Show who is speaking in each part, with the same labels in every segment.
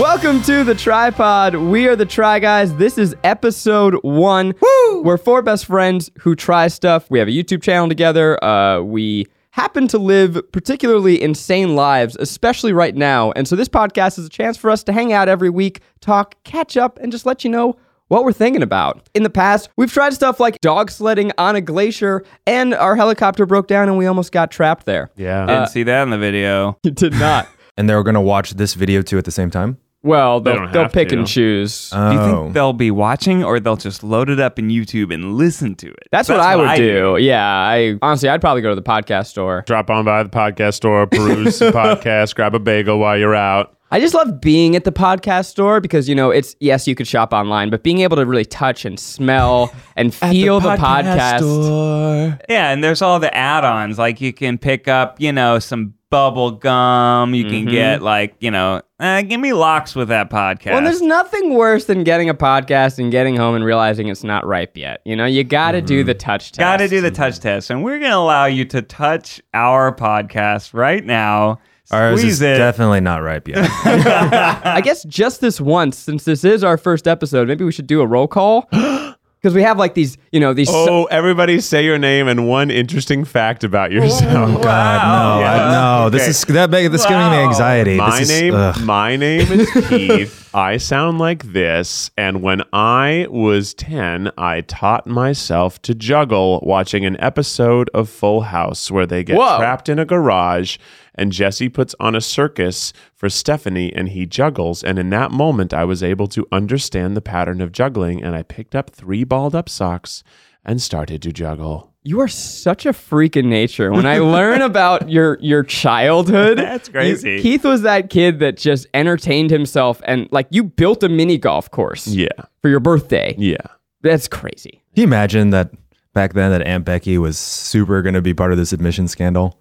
Speaker 1: Welcome to the tripod. We are the Try Guys. This is episode one. Woo! We're four best friends who try stuff. We have a YouTube channel together. Uh, we happen to live particularly insane lives, especially right now. And so this podcast is a chance for us to hang out every week, talk, catch up, and just let you know what we're thinking about. In the past, we've tried stuff like dog sledding on a glacier, and our helicopter broke down and we almost got trapped there.
Speaker 2: Yeah.
Speaker 1: Uh,
Speaker 3: Didn't see that in the video.
Speaker 1: It did not.
Speaker 4: and they're going to watch this video too at the same time.
Speaker 1: Well,
Speaker 2: They
Speaker 1: they'll,
Speaker 2: don't
Speaker 1: they'll
Speaker 2: have
Speaker 1: pick
Speaker 2: to.
Speaker 1: and choose.
Speaker 4: Oh,
Speaker 3: Do you think they'll be watching or they'll just load it up in YouTube and listen to it?
Speaker 1: That's, what I would do. Yeah, I honestly, I'd probably go to the podcast store.
Speaker 2: Drop on by the podcast store, peruse the podcast, grab a bagel while you're out.
Speaker 1: I just love being at the podcast store because you know it's yes, you could shop online, but being able to really touch and smell and feel the, podcast.
Speaker 3: Yeah, and there's all the add-ons. Like you can pick up, you know, some bubble gum. You can get like, you know, uh, give me locks with that podcast.
Speaker 1: Mm-hmm. Well, there's nothing worse than getting a podcast and getting home and realizing it's not ripe yet. You know, you got to Mm-hmm. do the touch test.
Speaker 3: Got to do the touch test, and we're gonna allow you to touch our podcast right now.
Speaker 4: Ours
Speaker 3: Squeeze
Speaker 4: is
Speaker 3: it.
Speaker 4: definitely not ripe yet.
Speaker 1: I guess just this once, since this is our first episode, maybe we should do a roll call because we have like these, you know, these.
Speaker 2: Oh, everybody say your name and one interesting fact about yourself.
Speaker 4: God, no, I, no. This
Speaker 3: Okay.
Speaker 4: is that big. This is giving me
Speaker 3: Wow.
Speaker 4: anxiety.
Speaker 2: My
Speaker 4: this is,
Speaker 2: name,
Speaker 4: ugh.
Speaker 2: my name is Keith. I sound like this, and when I was ten, I taught myself to juggle watching an episode of Full House where they get
Speaker 1: Whoa.
Speaker 2: trapped in a garage, and Jesse puts on a circus for Stephanie, and he juggles. And in that moment, I was able to understand the pattern of juggling, and I picked up three balled up socks and started to juggle.
Speaker 1: You are such a freak in nature. When I learn about your your childhood,
Speaker 3: That's crazy.
Speaker 1: you- Keith was that kid that just entertained himself and like you built a mini golf course
Speaker 2: Yeah,
Speaker 1: for your birthday.
Speaker 2: yeah.
Speaker 1: That's crazy.
Speaker 4: Can you imagine that back then that Aunt Becky was super going to be part of this admission scandal?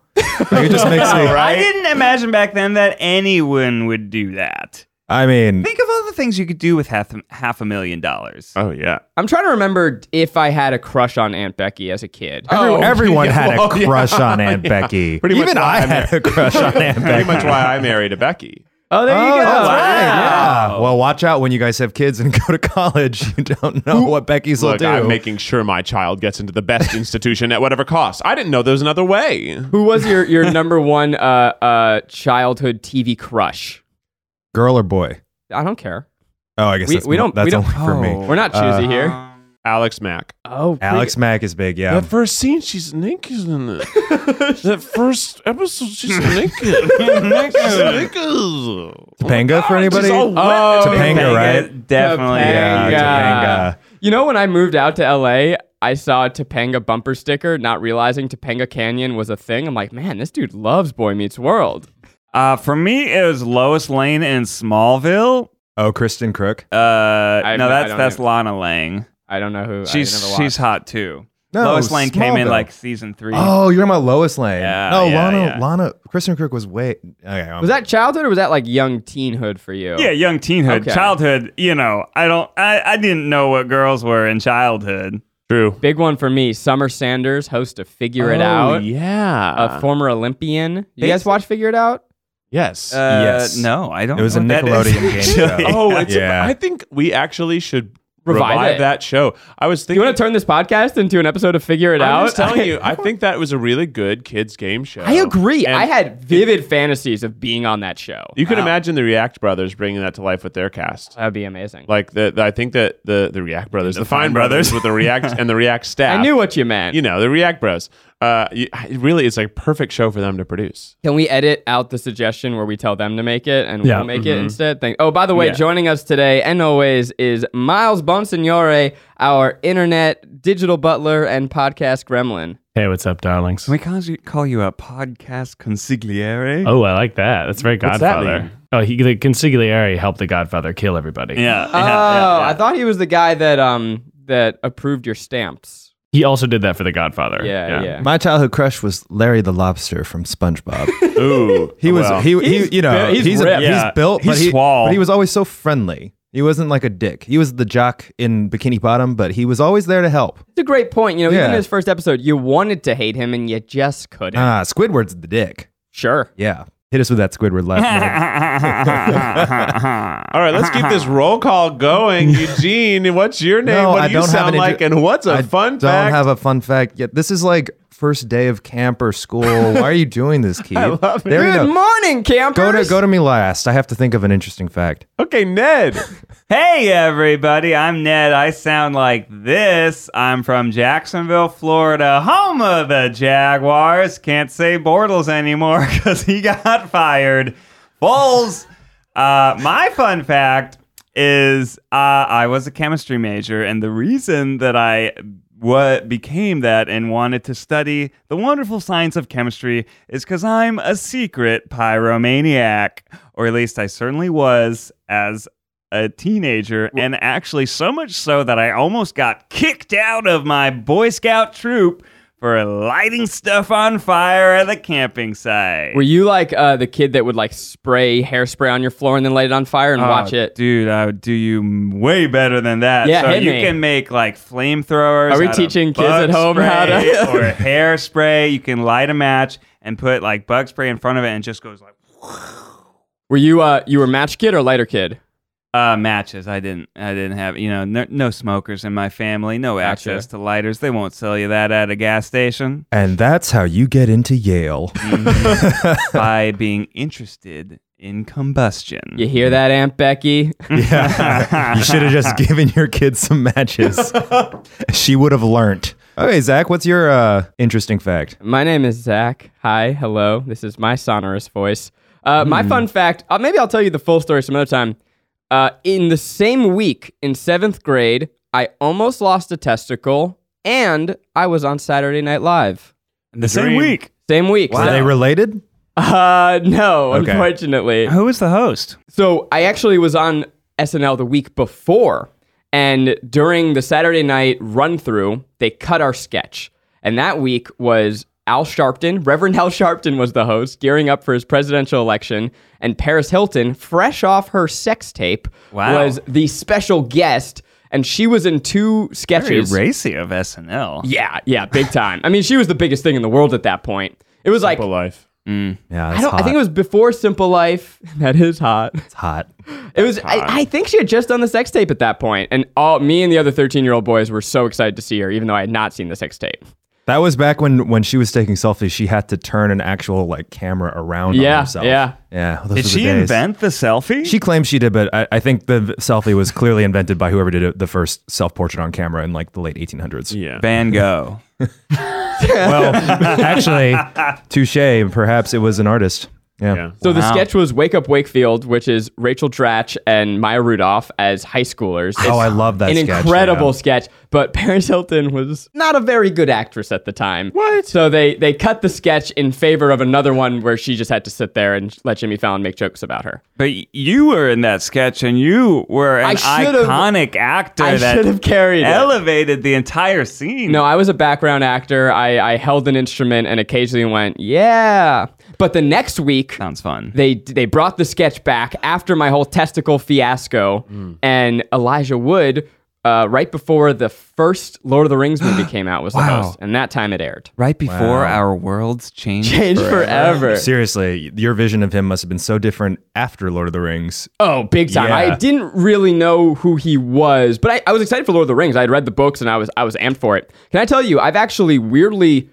Speaker 4: Like, it just makes me.
Speaker 3: I didn't imagine back then that anyone would do that.
Speaker 4: I mean,
Speaker 3: Think of all the things you could do with half half a million dollars.
Speaker 2: Oh yeah.
Speaker 1: I'm trying to remember if I had a crush on Aunt Becky as a kid.
Speaker 4: every- everyone had
Speaker 2: Well,
Speaker 4: a
Speaker 2: yeah.
Speaker 4: crush on Aunt
Speaker 2: Yeah.
Speaker 4: Becky.
Speaker 2: Pretty much
Speaker 4: Even
Speaker 2: why
Speaker 4: I
Speaker 2: I'm
Speaker 4: had a crush on Aunt Becky.
Speaker 2: Pretty much why I married a Becky.
Speaker 1: Oh, there you
Speaker 4: Oh,
Speaker 1: go.
Speaker 4: that's right.
Speaker 3: Wow.
Speaker 4: Yeah. Well, watch out when you guys have kids and go to college. You don't know what Becky's will
Speaker 2: Look,
Speaker 4: do.
Speaker 2: I'm making sure my child gets into the best institution at whatever cost. I didn't know there was another way.
Speaker 1: Who was your your number one uh, uh, childhood TV crush?
Speaker 4: Girl or boy?
Speaker 1: I don't care.
Speaker 4: Oh, I guess
Speaker 1: We-
Speaker 4: that's,
Speaker 1: we don't-
Speaker 4: that's
Speaker 1: we don't- Oh.
Speaker 4: only for me. Uh,
Speaker 1: We're not choosy here.
Speaker 2: Alex Mack.
Speaker 1: Oh,
Speaker 4: Alex Mack is big, yeah.
Speaker 2: That first scene, she's naked in it. that first episode, she's naked. she's naked.
Speaker 4: Topanga for anybody?
Speaker 2: all-
Speaker 1: Oh,
Speaker 4: Topanga,
Speaker 3: Topanga,
Speaker 4: right?
Speaker 3: Definitely.
Speaker 1: Topanga.
Speaker 4: yeah,
Speaker 1: Yeah.
Speaker 4: Topanga.
Speaker 1: You know, when I moved out to LA, I saw a Topanga bumper sticker, not realizing Topanga Canyon was a thing. I'm like, man, this dude loves Boy Meets World.
Speaker 3: Uh, for me, it was Lois Lane in Smallville.
Speaker 4: Oh, Kristen Crook.
Speaker 3: Uh,
Speaker 1: I-
Speaker 3: no,
Speaker 1: I
Speaker 3: that's
Speaker 1: don't
Speaker 3: that's
Speaker 1: know.
Speaker 3: Lana Lang.
Speaker 1: I don't know who.
Speaker 3: She's
Speaker 1: I never watched.
Speaker 3: she's hot too.
Speaker 4: No,
Speaker 3: Lois Lane came in
Speaker 4: Smallville.
Speaker 3: like season three.
Speaker 4: Oh, you're talking about Lois Lane.
Speaker 3: Yeah,
Speaker 4: no,
Speaker 3: yeah,
Speaker 4: Lana,
Speaker 3: yeah.
Speaker 4: Lana, Kristen Crook was way. Okay, I'm-
Speaker 1: Was that childhood or was that like young teenhood for you?
Speaker 3: Yeah, young teenhood,
Speaker 1: Okay.
Speaker 3: childhood. You know, I don't, I, I didn't know what girls were in childhood.
Speaker 2: True.
Speaker 1: Big one for me. Summer Sanders, host of Figure It
Speaker 2: Oh,
Speaker 1: Out,
Speaker 2: Yeah.
Speaker 1: a former Olympian. You guys
Speaker 3: Basic-
Speaker 1: watch Figure It Out?
Speaker 2: yes.
Speaker 3: Uh,
Speaker 4: Yes.
Speaker 3: No, I don't.
Speaker 4: It was a
Speaker 3: know what that is.
Speaker 4: Nickelodeon game show.
Speaker 2: oh, it's,
Speaker 4: yeah.
Speaker 2: I think we actually should
Speaker 1: Revive
Speaker 2: revive,
Speaker 1: it.
Speaker 2: that show. I was
Speaker 1: You
Speaker 2: thinking.
Speaker 1: want to turn this podcast into an episode of Figure It
Speaker 2: I'm
Speaker 1: Out?
Speaker 2: just telling you, I think that was a really good kids game show.
Speaker 1: I agree.
Speaker 2: And
Speaker 1: I had vivid fantasies of being on that show.
Speaker 2: You can imagine the React Brothers bringing that to life with their cast.
Speaker 1: That'd be amazing.
Speaker 2: Like the, the- I think that the the React Brothers, the, Fine
Speaker 3: Brothers.
Speaker 2: Brothers with the React and the React staff.
Speaker 1: I knew what you meant.
Speaker 2: you know the React Bros. uh, you, really, it's like a perfect show for them to produce.
Speaker 1: Can we edit out the suggestion where we tell them to make it and
Speaker 4: Yeah.
Speaker 1: we'll make it instead? Thank- oh, by the way,
Speaker 2: Yeah.
Speaker 1: joining us today and always is Miles Bonsignore, our internet digital butler and podcast gremlin.
Speaker 5: Hey, what's up, darlings?
Speaker 3: Can we call you, call you a podcast consigliere?
Speaker 5: Oh, I like that. That's very
Speaker 2: What's that
Speaker 5: Godfather.
Speaker 2: mean?
Speaker 5: oh, he the consigliere helped the Godfather kill everybody.
Speaker 3: yeah.
Speaker 1: Oh, I thought he was the guy that um that approved your stamps.
Speaker 5: He also did that for the Godfather.
Speaker 1: Yeah, yeah.
Speaker 4: My childhood crush was Larry the Lobster from SpongeBob.
Speaker 2: Ooh,
Speaker 4: He was
Speaker 2: well,
Speaker 4: he,
Speaker 1: Oh, He's
Speaker 4: he you know
Speaker 1: bu- he's
Speaker 4: he's he's,
Speaker 1: ripped.
Speaker 3: Yeah.
Speaker 4: built
Speaker 3: He's
Speaker 4: but he,
Speaker 3: swole.
Speaker 4: but he was always so friendly. He wasn't like a dick. He was the jock in Bikini Bottom, but he was always there to help.
Speaker 1: It's a great point. You know, even
Speaker 4: Yeah.
Speaker 1: in his first episode, you wanted to hate him and you just couldn't.
Speaker 4: Ah, Squidward's the dick.
Speaker 1: sure.
Speaker 4: Yeah, hit us with that Squidward laugh.
Speaker 2: All right, let's keep this roll call going. Eugene, what's your name?
Speaker 4: No,
Speaker 2: what do
Speaker 4: I
Speaker 2: you
Speaker 4: don't have
Speaker 2: sound
Speaker 4: an
Speaker 2: like?
Speaker 4: intro-
Speaker 2: and what's a
Speaker 4: I
Speaker 2: fun
Speaker 4: don't
Speaker 2: fact?
Speaker 4: have a fun fact yet. This is like first day of camp or school. Why are you doing this, Keith? I
Speaker 2: love it.
Speaker 4: There
Speaker 1: Good
Speaker 4: we go.
Speaker 1: morning, campers.
Speaker 4: Go to go to me last. I have to think of an interesting fact.
Speaker 2: okay, Ned.
Speaker 3: Hey, everybody. I'm Ned. I sound like this. I'm from Jacksonville, Florida, home of the Jaguars. Can't say Bortles anymore because he got fired. Foles. Uh, my fun fact is uh, I was a chemistry major, and the reason that I what became that and wanted to study the wonderful science of chemistry is because I'm a secret pyromaniac, or at least I certainly was as a teenager, and actually so much so that I almost got kicked out of my Boy Scout troop for lighting stuff on fire at the camping site.
Speaker 1: Were you like uh, the kid that would like spray hairspray on your floor and then light it on fire and
Speaker 4: Uh,
Speaker 1: watch
Speaker 3: Oh,
Speaker 1: it?
Speaker 3: dude. I would do you m- way better than that.
Speaker 1: Yeah,
Speaker 3: so
Speaker 1: hit
Speaker 3: you
Speaker 1: me.
Speaker 3: can make like flamethrowers.
Speaker 1: Are we
Speaker 3: out of
Speaker 1: teaching kids
Speaker 3: bug
Speaker 1: at home
Speaker 3: spray
Speaker 1: how to-
Speaker 3: or hairspray? You can light a match and put like bug spray in front of it, and it just goes like
Speaker 1: Were you uh, you were match kid or lighter kid?
Speaker 3: uh, matches. I didn't. I didn't have. You know, no, no smokers in my family. No
Speaker 1: Gotcha.
Speaker 3: access to lighters. They won't sell you that at a gas station
Speaker 4: And that's how you get into Yale.
Speaker 3: by being interested in combustion.
Speaker 1: You hear that, Aunt Becky?
Speaker 4: Yeah. you should have just given your kids some matches. she would have learnt. Okay, Zach, what's your uh, interesting fact?
Speaker 1: my name is Zach. Hi, hello. This is my sonorous voice. Uh, My fun fact. Uh, maybe I'll tell you the full story some other time. Uh, in the same week in seventh grade, I almost lost a testicle, and I was on Saturday Night Live.
Speaker 3: the same
Speaker 2: dream.
Speaker 3: week.
Speaker 1: Same week.
Speaker 4: Are they related?
Speaker 1: uh, no,
Speaker 4: Okay.
Speaker 1: unfortunately.
Speaker 3: Who was the host?
Speaker 1: So I actually was on SNL the week before, and during the Saturday night run through, they cut our sketch. And that week was Al Sharpton, Reverend Al Sharpton was the host, gearing up for his presidential election, and Paris Hilton, fresh off her sex tape,
Speaker 3: Wow.
Speaker 1: was the special guest, and she was in two
Speaker 3: Very
Speaker 1: sketches.
Speaker 3: racy of SNL.
Speaker 1: yeah, yeah, big time. I mean, she was the biggest thing in the world at that point. It was like
Speaker 2: Simple life.
Speaker 4: Yeah,
Speaker 1: I
Speaker 4: that's
Speaker 1: don't.
Speaker 4: hot.
Speaker 1: I think it was before Simple Life. That is hot.
Speaker 4: it's hot.
Speaker 1: It was. I, I think she had just done the sex tape at that point, and all me and the other thirteen-year-old boys were so excited to see her, even though I had not seen the sex tape.
Speaker 4: That was back when when she was taking selfies, she had to turn an actual like camera around
Speaker 1: Yeah,
Speaker 4: on herself.
Speaker 1: yeah.
Speaker 4: Yeah. those
Speaker 3: Did
Speaker 4: were the
Speaker 3: she
Speaker 4: days.
Speaker 3: invent the selfie?
Speaker 4: She claims she did, but I, I think the v- selfie was clearly invented by whoever did it, the first self portrait on camera in like the late 1800s.
Speaker 2: Yeah.
Speaker 3: Van Gogh.
Speaker 4: Well, actually, touche. Perhaps it was an artist. Yeah.
Speaker 2: Yeah.
Speaker 1: So the
Speaker 3: Wow.
Speaker 1: sketch was "Wake Up Wakefield," which is Rachel Dratch and Maya Rudolph as high schoolers. It's
Speaker 4: Oh, I love that
Speaker 1: An
Speaker 4: sketch,
Speaker 1: incredible
Speaker 4: yeah.
Speaker 1: sketch. But Paris Hilton was not a very good actress at the time.
Speaker 2: What?
Speaker 1: So they they cut the sketch in favor of another one where she just had to sit there and let Jimmy Fallon make jokes about her.
Speaker 3: But you were in that sketch and you were
Speaker 1: I
Speaker 3: an
Speaker 1: should've-
Speaker 3: iconic actor
Speaker 1: I should have
Speaker 3: that
Speaker 1: carried it.
Speaker 3: elevated the entire scene.
Speaker 1: No, I was a background actor. I, I held an instrument and occasionally went, yeah. But the next week,
Speaker 3: Sounds fun.
Speaker 1: they they brought the sketch back after my whole testicle fiasco,
Speaker 3: Mm.
Speaker 1: and Elijah Wood, uh, right before the first Lord of the Rings movie came out, was the host, and that time it aired.
Speaker 3: Right before our worlds changed.
Speaker 1: Changed forever.
Speaker 4: Seriously, your vision of him must have been so different after Lord of the Rings.
Speaker 1: Oh, big time!
Speaker 4: Yeah.
Speaker 1: I didn't really know who he was, but I, I was excited for Lord of the Rings. I had read the books and I was I was amped for it. Can I tell you? I've actually weirdly,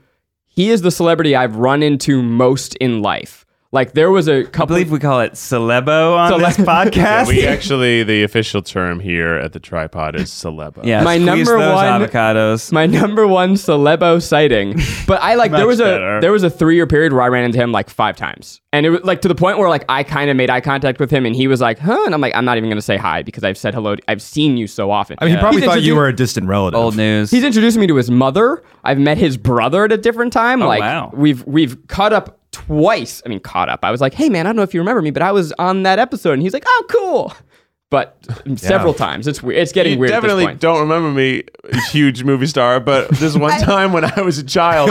Speaker 1: he is the celebrity I've run into most in life. Like there was a
Speaker 3: I
Speaker 1: couple.
Speaker 3: believe we call it celebo on
Speaker 1: Cele-
Speaker 3: this podcast.
Speaker 2: We actually, the official term here at the tripod is celeba.
Speaker 3: yeah,
Speaker 1: My
Speaker 3: squeeze
Speaker 1: number
Speaker 3: those
Speaker 1: one-
Speaker 3: avocados.
Speaker 1: my number one celebo sighting. But I like there was a
Speaker 2: better.
Speaker 1: there was a three year period where I ran into him like five times, and it was like to the point where like I kind of made eye contact with him, and he was like, "Huh," and I'm like, "I'm not even gonna say hi because I've said hello. To, I've seen you so often."
Speaker 4: I mean, he probably
Speaker 1: He's
Speaker 4: thought you
Speaker 1: introdu-
Speaker 4: were a distant relative.
Speaker 3: Old news.
Speaker 1: He's introduced me to his mother. I've met his brother at a different time. like
Speaker 3: wow.
Speaker 1: we've we've caught up twice. I mean, caught up. I was like, "Hey man, I don't know if you remember me, but I was on that episode," and he's like, "Oh, cool." But several times. It's weird. It's getting
Speaker 2: You
Speaker 1: weird. at
Speaker 2: definitely
Speaker 1: this point.
Speaker 2: don't remember me, huge movie star, but this one time when I was a child,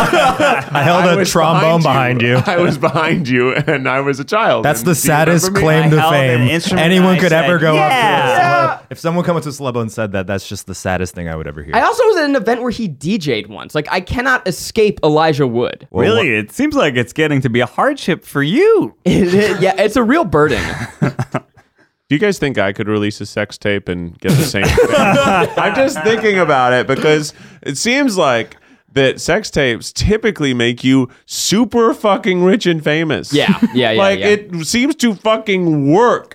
Speaker 4: I held
Speaker 2: I
Speaker 4: a
Speaker 2: was
Speaker 4: trombone behind you.
Speaker 2: I was behind you, and I was a child.
Speaker 4: That's
Speaker 2: And
Speaker 4: the
Speaker 2: do you remember
Speaker 4: saddest
Speaker 2: me?
Speaker 4: claim to
Speaker 3: held an
Speaker 4: fame
Speaker 3: instrument
Speaker 4: anyone
Speaker 3: and I
Speaker 4: could
Speaker 3: said,
Speaker 4: ever go up to.
Speaker 3: "Yeah."
Speaker 4: a celeb. If someone come up to a celebo and said that, that's just the saddest thing I would ever hear.
Speaker 1: I also was at an event where he DJ'd once. Like I cannot escape Elijah Wood.
Speaker 4: Well,
Speaker 3: really, it seems like it's getting to be a hardship for you.
Speaker 1: It is- yeah, it's a real burden.
Speaker 2: Do you guys think I could release a sex tape and get the same? thing? I'm just thinking about it because it seems like that sex tapes typically make you super fucking rich and famous.
Speaker 1: Yeah, yeah, yeah.
Speaker 2: like
Speaker 1: yeah.
Speaker 2: it seems to fucking work.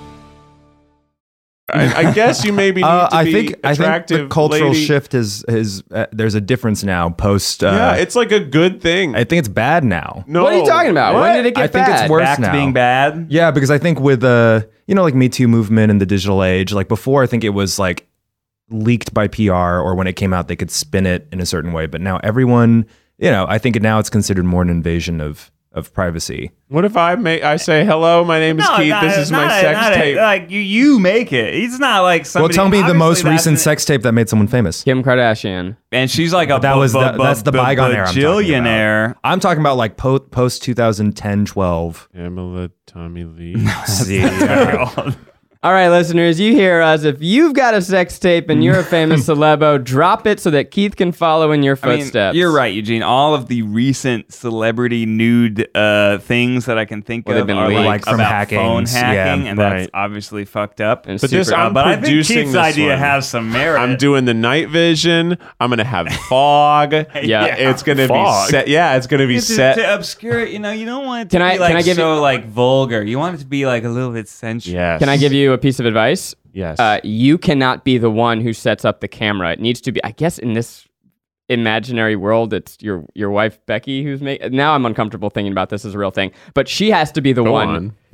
Speaker 2: I, I guess you maybe need
Speaker 4: Uh,
Speaker 2: to
Speaker 4: I
Speaker 2: be
Speaker 4: think I think
Speaker 2: attractive
Speaker 4: the cultural
Speaker 2: lady.
Speaker 4: shift is is uh, there's a difference now post. Uh,
Speaker 2: Yeah, it's like a good thing.
Speaker 4: I think it's bad now.
Speaker 2: no,
Speaker 1: What are you talking about? When did it get
Speaker 4: I think
Speaker 1: bad?
Speaker 4: it's worse
Speaker 3: Back
Speaker 4: now.
Speaker 3: to being bad.
Speaker 4: Yeah, because I think with uh, you know, like Me Too movement and the digital age, like before, I think it was like leaked by PR or when it came out, they could spin it in a certain way. But now everyone, you know, I think now it's considered more an invasion of of privacy.
Speaker 2: What if I may? I say hello. My name is Keith.
Speaker 3: not-
Speaker 2: this is my
Speaker 3: not a-
Speaker 2: sex
Speaker 3: not a-
Speaker 2: tape.
Speaker 3: like you, you make it. It's not like
Speaker 4: Well,
Speaker 3: somebody.
Speaker 4: tell me the
Speaker 3: obviously
Speaker 4: most
Speaker 3: that's
Speaker 4: recent
Speaker 3: an-
Speaker 4: sex tape that made someone famous.
Speaker 1: Kim Kardashian.
Speaker 3: And she's like a
Speaker 4: That was the, that's the bygone era. I'm talking about.
Speaker 3: Billionaire.
Speaker 4: I'm talking about like po- post 2010, 12.
Speaker 2: Pamela Tommy Lee.
Speaker 4: See,
Speaker 1: All right, listeners, you hear us. If you've got a sex tape and you're a famous celebo, drop it so that Keith can follow in your
Speaker 3: I mean,
Speaker 1: footsteps.
Speaker 3: you're right, Eugene. All of the recent celebrity nude uh, things that I can think
Speaker 1: Well, they've
Speaker 3: of
Speaker 1: been
Speaker 3: are
Speaker 1: leaked.
Speaker 3: like
Speaker 4: Like from
Speaker 3: about
Speaker 4: hackings,
Speaker 3: phone
Speaker 4: yeah,
Speaker 3: hacking, and
Speaker 2: right.
Speaker 3: that's obviously fucked up.
Speaker 1: And
Speaker 3: But,
Speaker 2: But this,
Speaker 1: Super-
Speaker 2: I'm
Speaker 3: I think
Speaker 2: producing
Speaker 3: Keith's
Speaker 2: this
Speaker 3: idea
Speaker 2: one.
Speaker 3: has some merit.
Speaker 2: I'm doing the night vision. I'm gonna have fog. yeah, it's gonna
Speaker 5: Fog.
Speaker 2: be set. Yeah, it's gonna be
Speaker 3: to,
Speaker 2: set.
Speaker 3: to obscure it. You know, you don't want it to
Speaker 1: Can
Speaker 3: be
Speaker 1: I-
Speaker 3: like
Speaker 1: can I give
Speaker 3: so
Speaker 1: you-
Speaker 3: like vulgar. You want it to be like a little bit sensual.
Speaker 2: yes.
Speaker 1: Can I give you a piece of advice?
Speaker 2: Yes.
Speaker 1: Uh, you cannot be the one who sets up the camera. It needs to be, I guess, in this imaginary world, it's your your wife Becky who's making. Now I'm uncomfortable thinking about this as a real thing, but she has to be the
Speaker 2: Go
Speaker 1: one.
Speaker 2: on.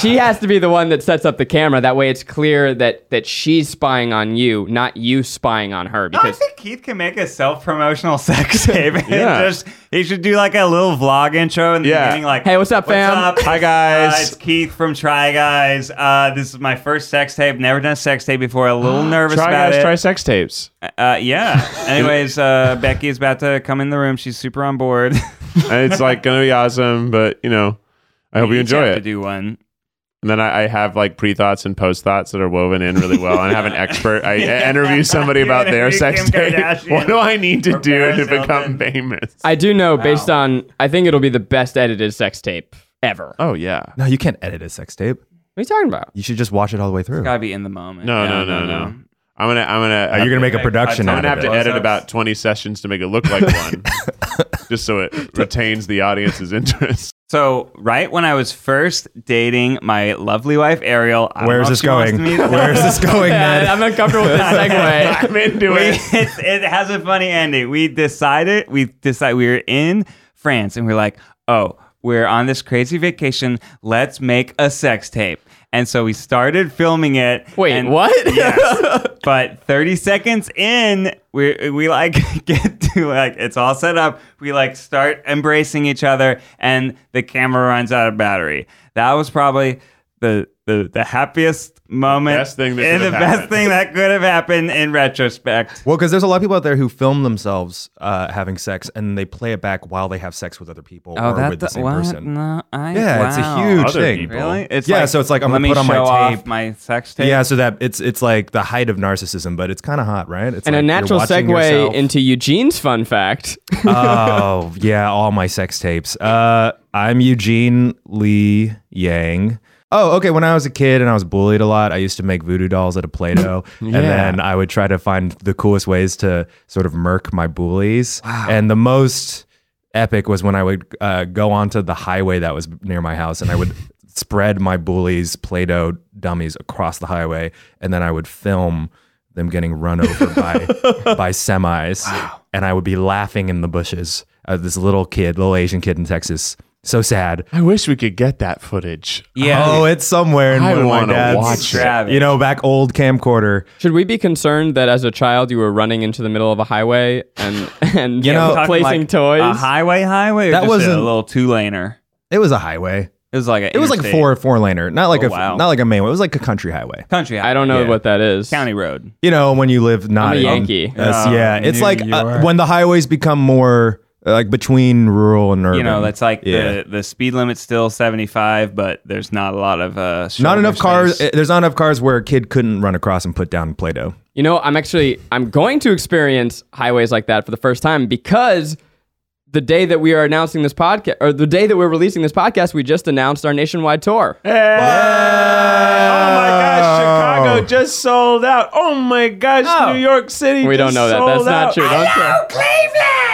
Speaker 1: she has to be the one that sets up the camera. That way, it's clear that that she's spying on you, not you spying on her.
Speaker 3: No, I
Speaker 1: Because
Speaker 3: think Keith can make a self-promotional sex tape.
Speaker 2: Yeah.
Speaker 3: yeah. just, he should do like a little vlog intro in the
Speaker 2: Yeah.
Speaker 3: beginning, like,
Speaker 1: Hey, what's up, fam?"
Speaker 2: Hi,
Speaker 3: Uh,
Speaker 2: guys.
Speaker 3: it's Keith from Try Guys. Uh, this is my first sex tape. Never done a sex tape before. A little nervous
Speaker 2: try
Speaker 3: about
Speaker 2: guys,
Speaker 3: it.
Speaker 2: try sex tapes.
Speaker 3: uh, yeah. Anyways, uh, Becky is about to come in the room. She's super on board.
Speaker 2: and it's like gonna be awesome, but you know, I hope you enjoy
Speaker 3: have
Speaker 2: it.
Speaker 3: To do one.
Speaker 2: And then I, I have like pre thoughts and post thoughts that are woven in really well. And I have an expert. I I interview somebody
Speaker 3: You
Speaker 2: about their
Speaker 3: interview
Speaker 2: sex
Speaker 3: Kim
Speaker 2: tape.
Speaker 3: Kardashian
Speaker 2: What do I need to
Speaker 3: or
Speaker 2: do to
Speaker 3: Paris
Speaker 2: become
Speaker 3: Hilton.
Speaker 2: famous?
Speaker 1: I do know, based on, I think it'll be the best edited sex tape ever. What
Speaker 2: oh yeah.
Speaker 4: no, you can't edit a sex tape.
Speaker 1: are you talking about?
Speaker 4: You should just watch it all the way through.
Speaker 3: Gotta be in the moment.
Speaker 2: No, no, no, no. I'm gonna, I'm gonna.
Speaker 4: Are you gonna make a
Speaker 3: I-
Speaker 4: production?
Speaker 3: I'm
Speaker 2: I'm
Speaker 4: out
Speaker 2: gonna have
Speaker 4: of
Speaker 2: to
Speaker 4: it.
Speaker 3: Close-ups.
Speaker 2: edit about 20 sessions to make it look like one, just so it retains the audience's interest.
Speaker 3: So, right when I was first dating my lovely wife Ariel, I don't
Speaker 4: Where
Speaker 3: know
Speaker 4: is
Speaker 3: if
Speaker 4: this
Speaker 3: she wants
Speaker 4: going?
Speaker 3: to meet-
Speaker 4: Where is this going,
Speaker 1: Man, I'm
Speaker 4: Ned?
Speaker 1: uncomfortable with this segue.
Speaker 2: I'm into
Speaker 3: we,
Speaker 2: it.
Speaker 3: it, it has a funny ending. We decided we decide we were in France and we are like, oh, we're on this crazy vacation. Let's make a sex tape. And so we started filming it.
Speaker 1: Wait,
Speaker 3: and-
Speaker 1: what?
Speaker 3: Yes. but 30 seconds in, we we like get to like it's all set up. We like start embracing each other and the camera runs out of battery. That was probably the the, the happiest moment
Speaker 2: Best thing that
Speaker 3: and the
Speaker 2: could have
Speaker 3: best
Speaker 2: happened.
Speaker 3: thing that could have happened in retrospect.
Speaker 4: Well, because there's a lot of people out there who film themselves uh, having sex and they play it back while they have sex with other people
Speaker 3: Oh,
Speaker 4: or with the same person.
Speaker 3: No, I,
Speaker 4: Yeah, it's a huge
Speaker 2: Other
Speaker 4: thing.
Speaker 2: people.
Speaker 3: Really? It's
Speaker 4: Yeah, so it's like, I'm
Speaker 3: let
Speaker 4: gonna
Speaker 3: me
Speaker 4: put on my
Speaker 3: show off
Speaker 4: tape.
Speaker 3: my sex tape.
Speaker 4: Yeah, so that it's it's like the height of narcissism, but it's kind of hot, right? It's
Speaker 1: And
Speaker 4: like
Speaker 1: a
Speaker 4: you're
Speaker 1: natural
Speaker 4: watching
Speaker 1: segue
Speaker 4: yourself.
Speaker 1: into Eugene's fun fact.
Speaker 4: oh yeah, all my sex tapes. Uh, I'm Eugene Lee Yang. Oh, okay. When I was a kid and I was bullied a lot, I used to make voodoo dolls out of Play-Doh, and then I would try to find the coolest ways to sort of murk my bullies. And the most epic was when I would uh, go onto the highway that was near my house, and I would spread my bullies Play-Doh dummies across the highway, and then I would film them getting run over by by semis, and I would be laughing in the bushes. Uh, this little kid, little Asian kid in Texas, so sad.
Speaker 2: I wish we could get that footage.
Speaker 4: oh, it's somewhere in
Speaker 2: I
Speaker 4: one of my
Speaker 2: wanna
Speaker 4: dad's.
Speaker 2: watch it.
Speaker 3: Savage.
Speaker 4: You know, back old camcorder.
Speaker 1: Should we be concerned that as a child you were running into the middle of a highway and and
Speaker 4: You know,
Speaker 3: Talking
Speaker 1: placing
Speaker 3: like
Speaker 1: toys?
Speaker 3: A highway, highway. Or
Speaker 4: That
Speaker 3: that was a
Speaker 4: wasn't-
Speaker 3: little two laner.
Speaker 4: It was a highway.
Speaker 3: It was like a
Speaker 4: It was like a four four laner, not like
Speaker 3: Oh,
Speaker 4: a
Speaker 3: wow.
Speaker 4: not like a main one. It was like a country highway.
Speaker 3: country.
Speaker 1: I don't know
Speaker 4: Yeah.
Speaker 1: what that is.
Speaker 3: county road.
Speaker 4: you know, when you live not
Speaker 1: a
Speaker 4: in-
Speaker 1: Yankee.
Speaker 4: Yes,
Speaker 3: Oh,
Speaker 4: yeah, it's
Speaker 3: New
Speaker 4: like uh,
Speaker 3: York.
Speaker 4: when the highways become more uh, like between rural and urban.
Speaker 3: You know, that's like
Speaker 4: Yeah.
Speaker 3: the, the speed limit's still 75, but there's not a lot of uh,
Speaker 4: not
Speaker 3: shoulder
Speaker 4: enough cars.
Speaker 3: space.
Speaker 4: uh, There's not enough cars where a kid couldn't run across and put down Play-Doh.
Speaker 1: You know, I'm actually I'm going to experience highways like that for the first time because the day that we are announcing this podcast or the day that we're releasing this podcast, we just announced our nationwide tour.
Speaker 2: Oh my gosh, Chicago just sold out. Oh my gosh, New York City.
Speaker 1: We don't
Speaker 2: just
Speaker 1: know that. That's
Speaker 2: sold
Speaker 1: not
Speaker 2: out.
Speaker 1: true. Don't say-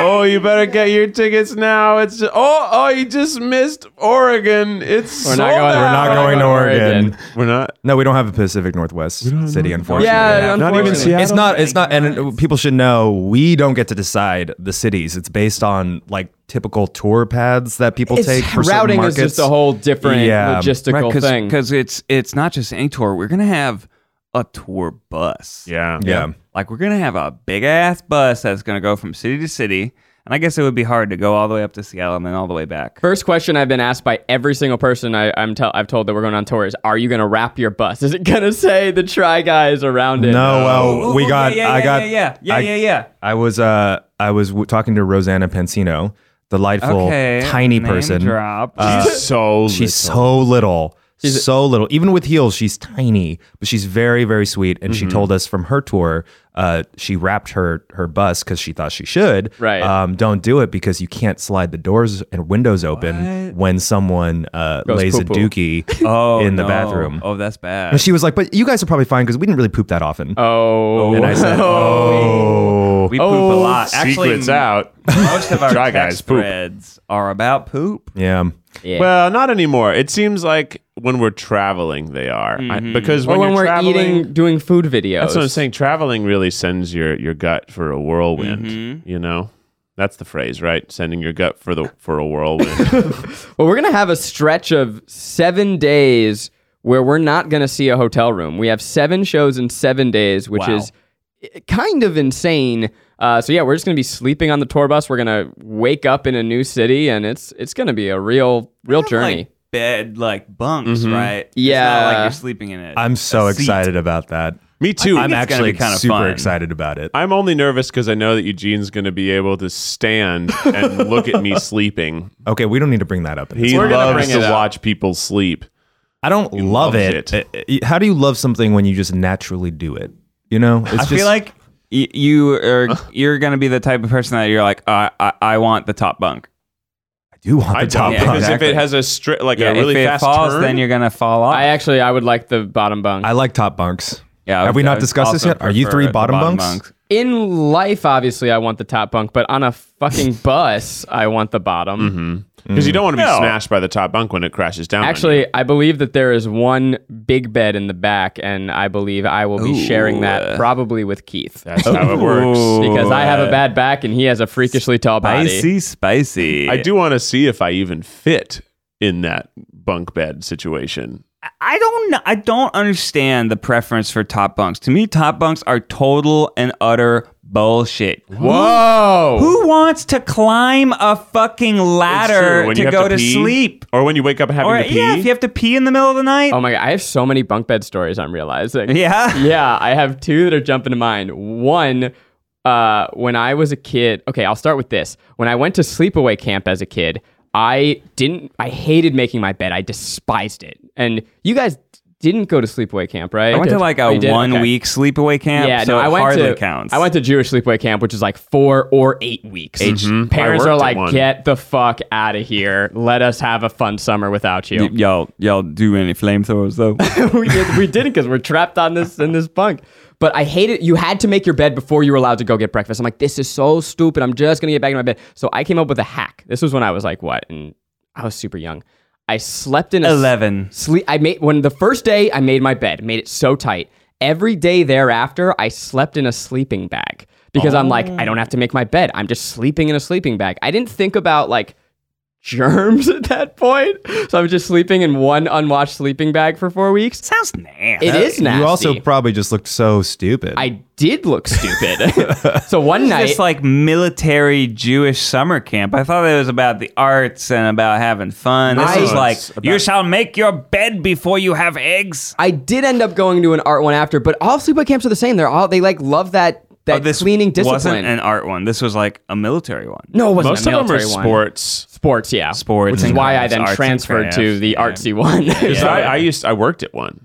Speaker 2: Oh, you better get your tickets now. It's just, oh, oh, you just missed Oregon. It's
Speaker 1: We're
Speaker 2: sold
Speaker 1: not going-
Speaker 2: Out.
Speaker 4: We're not
Speaker 1: we're
Speaker 4: going to Oregon.
Speaker 1: Oregon.
Speaker 2: We're not.
Speaker 4: No, we don't have a Pacific Northwest city, unfortunately.
Speaker 1: Yeah,
Speaker 2: Not even
Speaker 1: unfortunately.
Speaker 2: Seattle.
Speaker 4: It's not. It's not. And it- people should know we don't get to decide the cities. It's based on like typical tour paths that people take. For certain
Speaker 1: routing is
Speaker 4: markets.
Speaker 1: just a whole different
Speaker 4: Yeah.
Speaker 1: logistical
Speaker 3: Right,
Speaker 1: thing.
Speaker 3: Because it's, it's not just any tour. We're going to have a tour bus.
Speaker 2: Yeah.
Speaker 4: Yeah.
Speaker 3: Like, we're going to have a big ass bus that's going to go from city to city. And I guess it would be hard to go all the way up to Seattle and then all the way back.
Speaker 1: First question I've been asked by every single person I, I'm tell I've told that we're going on tour is, "Are you going to wrap your bus? Is it going to say the Try Guys around it?"
Speaker 4: No, well,
Speaker 3: Ooh,
Speaker 4: we
Speaker 3: ooh,
Speaker 4: got.
Speaker 3: uh, oh, Yeah, yeah,
Speaker 4: I
Speaker 3: yeah,
Speaker 4: got.
Speaker 3: Yeah, yeah,
Speaker 4: I-
Speaker 3: yeah, yeah. yeah.
Speaker 4: I was uh I was w- talking to Rosanna Pansino, delightful
Speaker 3: Okay.
Speaker 4: tiny
Speaker 3: name
Speaker 4: person. uh,
Speaker 3: Drop.
Speaker 2: She's so.
Speaker 4: She's so little. so little. Even with heels, she's tiny, but she's very, very sweet. And
Speaker 3: Mm-hmm.
Speaker 4: she told us from her tour, uh, she wrapped her her bus because she thought she should.
Speaker 1: Right.
Speaker 4: Um, don't do it because you can't slide the doors and windows open when someone uh,
Speaker 1: Goes
Speaker 4: lays
Speaker 1: poo-poo.
Speaker 4: a dookie in the
Speaker 3: no.
Speaker 4: bathroom.
Speaker 3: Oh, that's bad.
Speaker 4: And she was like, "But you guys are probably fine because we didn't really poop that often."
Speaker 1: Oh,
Speaker 4: And I said, "Oh,
Speaker 3: We poop a lot. Actually,
Speaker 2: Secrets out.
Speaker 3: most of our
Speaker 2: Try guys
Speaker 3: text
Speaker 2: poop.
Speaker 3: threads are about poop.
Speaker 4: yeah."
Speaker 1: yeah.
Speaker 2: Well, not anymore. It seems like when we're traveling, they are I- because
Speaker 1: or
Speaker 2: when,
Speaker 1: when
Speaker 2: you're
Speaker 1: we're
Speaker 2: traveling,
Speaker 1: eating, doing food videos.
Speaker 2: That's what I'm saying. Traveling really sends your your gut for a whirlwind. You know, that's the phrase, right? Sending your gut for the for a whirlwind.
Speaker 1: Well, we're gonna have a stretch of seven days where we're not gonna see a hotel room. We have seven shows in seven days, which
Speaker 3: Wow.
Speaker 1: is i- kind of insane. Uh, so yeah, we're just gonna be sleeping on the tour bus. We're gonna wake up in a new city, and it's it's gonna be a real real journey.
Speaker 3: Like bed like bunks, right? It's not
Speaker 1: Yeah.
Speaker 3: like you're sleeping in it.
Speaker 4: Mm-hmm. I'm so excited about that.
Speaker 2: Me too.
Speaker 4: I'm
Speaker 3: it's gonna
Speaker 4: actually
Speaker 3: be kinda
Speaker 4: super
Speaker 3: fun.
Speaker 4: excited about it.
Speaker 2: I'm only nervous because I know that Eugene's going to be able to stand and look at me sleeping.
Speaker 4: Okay, we don't need to bring that up. in this
Speaker 2: He
Speaker 4: one.
Speaker 2: loves to watch people sleep.
Speaker 4: I don't love
Speaker 2: loves
Speaker 4: it.
Speaker 2: it.
Speaker 4: I- I- How do you love something when you just naturally do it? You know, it's
Speaker 3: I feel like y- you are you're gonna be the type of person that you're like, I I, I want the top bunk.
Speaker 4: I do want
Speaker 2: I don't
Speaker 4: the top
Speaker 3: Yeah,
Speaker 2: because
Speaker 4: bunk.
Speaker 2: if it has a strip, like a
Speaker 3: if
Speaker 2: really
Speaker 3: it
Speaker 2: fast
Speaker 3: falls,
Speaker 2: turn,
Speaker 3: then you're gonna fall off.
Speaker 1: I actually I would like the bottom bunk.
Speaker 4: I like top bunks.
Speaker 3: yeah, I
Speaker 4: Have
Speaker 3: would- I
Speaker 4: we not
Speaker 3: would
Speaker 4: discussed this
Speaker 3: also
Speaker 4: yet? Are you
Speaker 3: prefer
Speaker 4: three
Speaker 3: the
Speaker 4: bottom, bunks?
Speaker 1: In life, obviously, I want the top bunk, but on a fucking bus, I want the bottom.
Speaker 2: Mm-hmm. because you don't want to be smashed by the top bunk when it crashes down. on you.
Speaker 1: Actually, I believe that there is one big bed in the back, and I believe I will be sharing that probably with Keith.
Speaker 2: that's how it works.
Speaker 1: because I have a bad back and he has a freakishly tall body.
Speaker 3: Spicy, spicy.
Speaker 2: I do want to see if I even fit in that bunk bed situation.
Speaker 3: I don't know. I don't understand the preference for top bunks. To me, top bunks are total and utter bullshit.
Speaker 2: Whoa.
Speaker 3: Who wants to climb a fucking
Speaker 2: It's true.
Speaker 3: ladder
Speaker 2: When
Speaker 3: to
Speaker 2: you have
Speaker 3: go to,
Speaker 2: pee,
Speaker 3: sleep?
Speaker 2: Or when you wake up having
Speaker 3: Or
Speaker 2: to pee.
Speaker 3: yeah, if you have to pee in the middle of the night.
Speaker 1: Oh my god, I have so many bunk bed stories I'm realizing.
Speaker 3: yeah.
Speaker 1: Yeah, I have two that are jumping to mind. One, uh, when I was a kid, okay, I'll start with this. When I went to sleepaway camp as a kid, I didn't, I hated making my bed. I despised it. And you guys didn't go to sleepaway camp, right?
Speaker 3: I went to like a
Speaker 1: You did?
Speaker 3: one
Speaker 1: Okay.
Speaker 3: week sleepaway camp,
Speaker 1: Yeah,
Speaker 3: so
Speaker 1: no,
Speaker 3: it
Speaker 1: I went
Speaker 3: hardly
Speaker 1: to
Speaker 3: counts.
Speaker 1: I went to Jewish sleepaway camp, which is like four or eight weeks. Parents
Speaker 2: Mm-hmm. I worked
Speaker 1: are
Speaker 2: at
Speaker 1: like,
Speaker 2: one.
Speaker 1: get the fuck out of here. Let us have a fun summer without you.
Speaker 3: y'all, y'all do any flamethrowers though?
Speaker 1: we, we didn't because we're trapped on this in this bunk. But I hate it. You had to make your bed before you were allowed to go get breakfast. I'm like, this is so stupid. I'm just gonna get back in my bed. So I came up with a hack. This was when I was like what, and I was super young. I slept in a s-
Speaker 3: 11.
Speaker 1: sleep. I made when the first day I made my bed, made it so tight. Every day thereafter, I slept in a sleeping bag because I'm like, I don't have to make my bed. I'm just sleeping in a sleeping bag. I didn't think about like germs at that point. So I was just sleeping in one unwashed sleeping bag for four weeks.
Speaker 3: Sounds nasty.
Speaker 1: It is nasty.
Speaker 4: You also probably just looked so stupid.
Speaker 1: I did look stupid. so one night,
Speaker 3: Just like military Jewish summer camp. I thought it was about the arts and about having fun. This
Speaker 1: I-
Speaker 3: is like
Speaker 2: It's about-
Speaker 3: you shall make your bed before you have eggs.
Speaker 1: I did end up going to an art one after, but all sleepaway camps are the same. They're all they like love that that
Speaker 3: Oh, this
Speaker 1: cleaning discipline.
Speaker 3: wasn't an art one. This was like a military one.
Speaker 1: no, it wasn't
Speaker 2: Most
Speaker 1: a
Speaker 2: of them are
Speaker 1: military one.
Speaker 2: sports.
Speaker 1: Sports, yeah,
Speaker 3: Sports
Speaker 1: which is
Speaker 3: and
Speaker 1: why I
Speaker 3: crafts,
Speaker 1: then
Speaker 3: arts and
Speaker 1: transferred to
Speaker 3: crafts,
Speaker 1: the
Speaker 3: yeah.
Speaker 1: artsy one.
Speaker 2: Because I, I used I worked at one.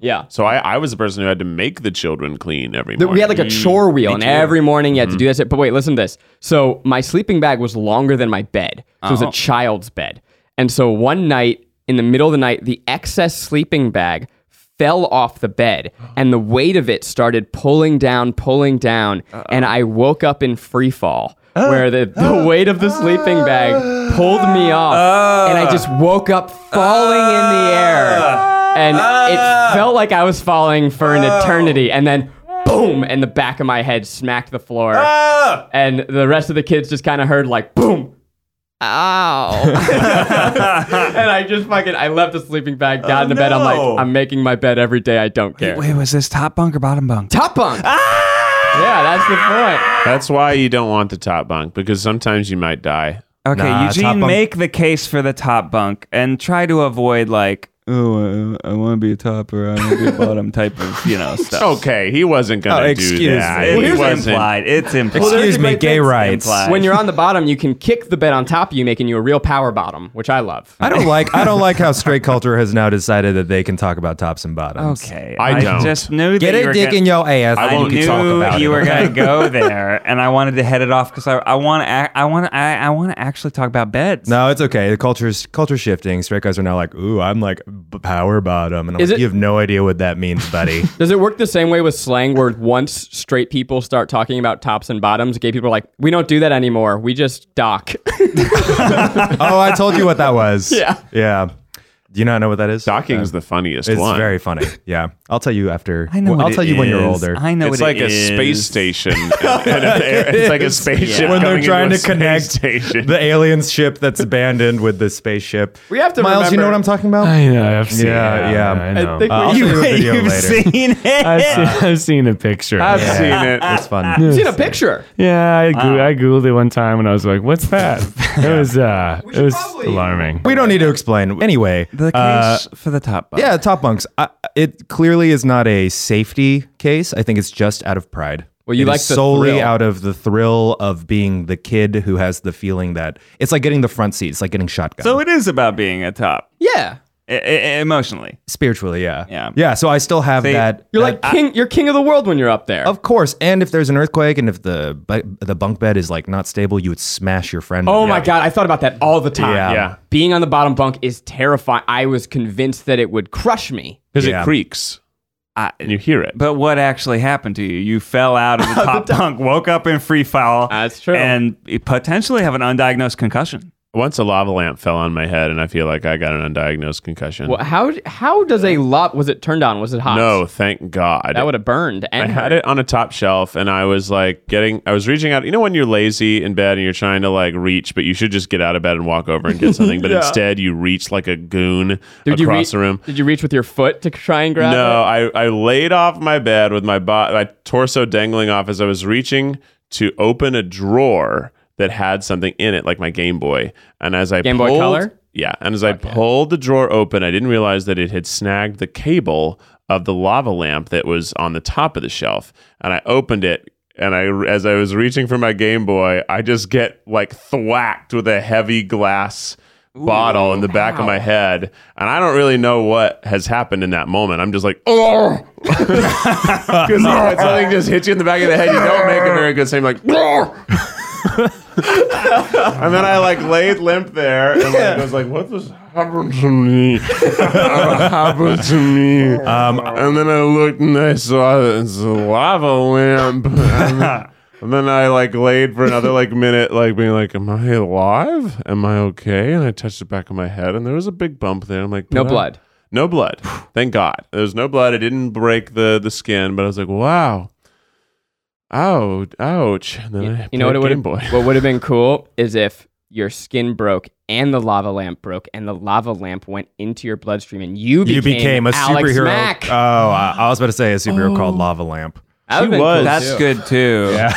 Speaker 1: yeah.
Speaker 2: So I, I was the person who had to make the children clean every
Speaker 1: That
Speaker 2: morning. Mm-hmm.
Speaker 1: We had like a chore wheel, and every morning you had to do this. But wait, listen to this. So my sleeping bag was longer than my bed. So it
Speaker 2: Oh.
Speaker 1: was a child's bed. And so one night, in the middle of the night, the excess sleeping bag fell off the bed, and the weight of it started pulling down, pulling down, and I woke up in free fall. Where the, the weight of the sleeping bag pulled me off,
Speaker 2: Ah.
Speaker 1: and I just woke up falling in the air.
Speaker 2: Ah.
Speaker 1: And it felt like I was falling for an
Speaker 2: Oh.
Speaker 1: eternity. And then boom, and the back of my head smacked the floor. And the rest of the kids just kind of heard like boom. Ow. and I just fucking I left the sleeping bag, got into bed. I'm
Speaker 3: no.
Speaker 1: like, I'm making my bed every day. I don't care.
Speaker 3: Wait, was this top bunk or bottom bunk?
Speaker 1: Top bunk. Yeah, that's the point.
Speaker 2: That's why you don't want the top bunk because sometimes you might die.
Speaker 3: Okay,
Speaker 4: Nah,
Speaker 3: Eugene,
Speaker 4: top bunk.
Speaker 3: make the case for the top bunk and try to avoid like, oh, I, I want to be a top or I want to be a bottom type of you know stuff.
Speaker 2: Okay, he wasn't gonna
Speaker 4: Oh,
Speaker 2: do
Speaker 4: excuse
Speaker 2: that.
Speaker 4: me.
Speaker 2: He
Speaker 4: Well,
Speaker 3: It's
Speaker 2: wasn't.
Speaker 3: implied. It's implied.
Speaker 4: Excuse me, gay rights.
Speaker 3: Implied.
Speaker 1: When you're on the bottom, you can kick the bed on top of you, making you a real power bottom, which I love.
Speaker 4: I don't like I don't like how straight culture has now decided that they can talk about tops and bottoms.
Speaker 3: okay,
Speaker 2: I don't.
Speaker 3: just knew that
Speaker 4: Get
Speaker 3: you
Speaker 4: a
Speaker 3: were
Speaker 4: dick
Speaker 3: gonna-
Speaker 4: in your ass.
Speaker 3: I
Speaker 4: and
Speaker 3: knew
Speaker 4: you can talk about
Speaker 3: you
Speaker 4: it.
Speaker 3: were gonna go there, and I wanted to head it off because I, I want to I want I, I want to actually talk about beds.
Speaker 4: No, it's okay. The culture's culture shifting. Straight guys are now like, ooh, I'm like b- power bottom, and I'm
Speaker 1: Is
Speaker 4: like,
Speaker 1: it-
Speaker 4: you have no idea what that means, buddy.
Speaker 1: Does it work the same way with slang where once straight people start talking about tops and bottoms, gay people are like, we don't do that anymore. We just dock.
Speaker 4: oh, I told you what that was. Yeah, yeah. Do you not know what that is?
Speaker 2: Docking's the funniest
Speaker 4: It's
Speaker 2: one.
Speaker 4: very funny. Yeah, I'll tell you after.
Speaker 3: I know.
Speaker 4: well,
Speaker 3: what
Speaker 4: I'll
Speaker 3: it
Speaker 4: tell you when you're
Speaker 3: is.
Speaker 4: older.
Speaker 3: I know.
Speaker 2: it's
Speaker 3: what
Speaker 2: like
Speaker 3: it
Speaker 2: a
Speaker 3: is.
Speaker 2: space station. and- and a- it's like a spaceship coming
Speaker 4: when they're
Speaker 2: into
Speaker 4: trying
Speaker 2: a
Speaker 4: to
Speaker 2: space
Speaker 4: connect
Speaker 2: station.
Speaker 4: the alien ship that's abandoned with the spaceship.
Speaker 1: We have to
Speaker 4: Miles. You know what I'm
Speaker 1: remember-
Speaker 4: talking about?
Speaker 5: I know. I've seen
Speaker 4: Yeah,
Speaker 5: it.
Speaker 4: yeah.
Speaker 5: I know.
Speaker 1: I think
Speaker 4: Uh, I'll
Speaker 1: we-
Speaker 4: show you a video
Speaker 3: You've
Speaker 4: later.
Speaker 3: seen it.
Speaker 5: I've, seen, I've seen a picture.
Speaker 2: I've
Speaker 5: yeah.
Speaker 2: seen it.
Speaker 4: It's fun.
Speaker 1: I've seen a picture.
Speaker 5: Yeah, I, goo- I googled it one time and I was like, "What's that?" It was uh, it was alarming.
Speaker 4: We don't need to explain. Anyway,
Speaker 3: The case
Speaker 4: uh,
Speaker 3: for the top bunk.
Speaker 4: yeah, top bunks. I, it clearly is not a safety case. I think it's just out of pride.
Speaker 1: Well, you
Speaker 4: It is
Speaker 1: like the
Speaker 4: solely
Speaker 1: thrill.
Speaker 4: out of the thrill of being the kid who has the feeling that it's like getting the front seat. It's like getting shotgun.
Speaker 3: So it is about being a top
Speaker 1: Yeah.
Speaker 3: I- I- emotionally.
Speaker 4: spiritually, yeah,
Speaker 3: Yeah.
Speaker 4: yeah. So I still have
Speaker 3: See,
Speaker 4: that.
Speaker 1: You're
Speaker 4: that-
Speaker 1: like king. you're king of the world when you're up there.
Speaker 4: Of course, and if there's an earthquake and if the bu- the bunk bed is like not stable, you would smash your friend.
Speaker 1: Oh my god, I thought about that all the time.
Speaker 4: Yeah.
Speaker 2: Yeah.
Speaker 1: Being on the bottom bunk is terrifying. I was convinced that it would crush me.
Speaker 2: because
Speaker 4: Yeah.
Speaker 2: it creaks
Speaker 3: I-
Speaker 2: and you hear it.
Speaker 3: But what actually happened to you? You fell out of the top bunk, woke up in free fall.
Speaker 1: That's true.
Speaker 3: And you potentially have an undiagnosed concussion.
Speaker 2: Once a lava lamp fell on my head, and I feel like I got an undiagnosed concussion.
Speaker 1: Well, how how does a lot was it turned on? Was it hot?
Speaker 2: No, thank God.
Speaker 1: That would have burned.
Speaker 2: I
Speaker 1: And
Speaker 2: had it on a top shelf, and I was like getting. I was reaching out. You know when you're lazy in bed and you're trying to like reach, but you should just get out of bed and walk over and get something. But instead, you reach like a goon
Speaker 1: Did you
Speaker 2: across
Speaker 1: reach,
Speaker 2: the room.
Speaker 1: Did you reach with your foot to try and grab
Speaker 2: No,
Speaker 1: it?
Speaker 2: I, I laid off my bed with my, bo- my torso dangling off as I was reaching to open a drawer that had something in it, like my Game Boy. And as I
Speaker 1: Game Boy
Speaker 2: pulled-
Speaker 1: Color?
Speaker 2: yeah, and as I pulled the drawer open, I didn't realize that it had snagged the cable of the lava lamp that was on the top of the shelf. And I opened it. And I, as I was reaching for my Game Boy, I just get like thwacked with a heavy glass bottle in the back of my head, and I don't really know what has happened in that moment. I'm just like, oh, because when something just hits you in the back of the head, you don't make a very good sound. You're like, "Roar!" and then I like laid limp there, and like, I was like, what just happened to me? what happened to me? and then I looked and I saw that it's a lava lamp. And then- And then I like laid for another like minute, like being like, "Am I alive? Am I okay?" And I touched the back of my head, and there was a big bump there. I'm like,
Speaker 1: No
Speaker 2: "Did I-
Speaker 1: blood."
Speaker 2: no blood. Thank God. There was no blood. It didn't break the the skin, but I was like, wow. Ouch. Ouch. And then I
Speaker 1: You know what it
Speaker 2: played
Speaker 1: would
Speaker 2: Game
Speaker 1: have
Speaker 2: Boy.
Speaker 1: what would have been cool is if your skin broke and the lava lamp broke and the lava lamp went into your bloodstream and you became, Uh,
Speaker 4: You became a
Speaker 1: Alex
Speaker 4: superhero.
Speaker 1: Mack.
Speaker 4: Oh, I, I was about to say a superhero called Lava Lamp.
Speaker 1: That would've been cool,
Speaker 3: That's
Speaker 1: too.
Speaker 3: good too.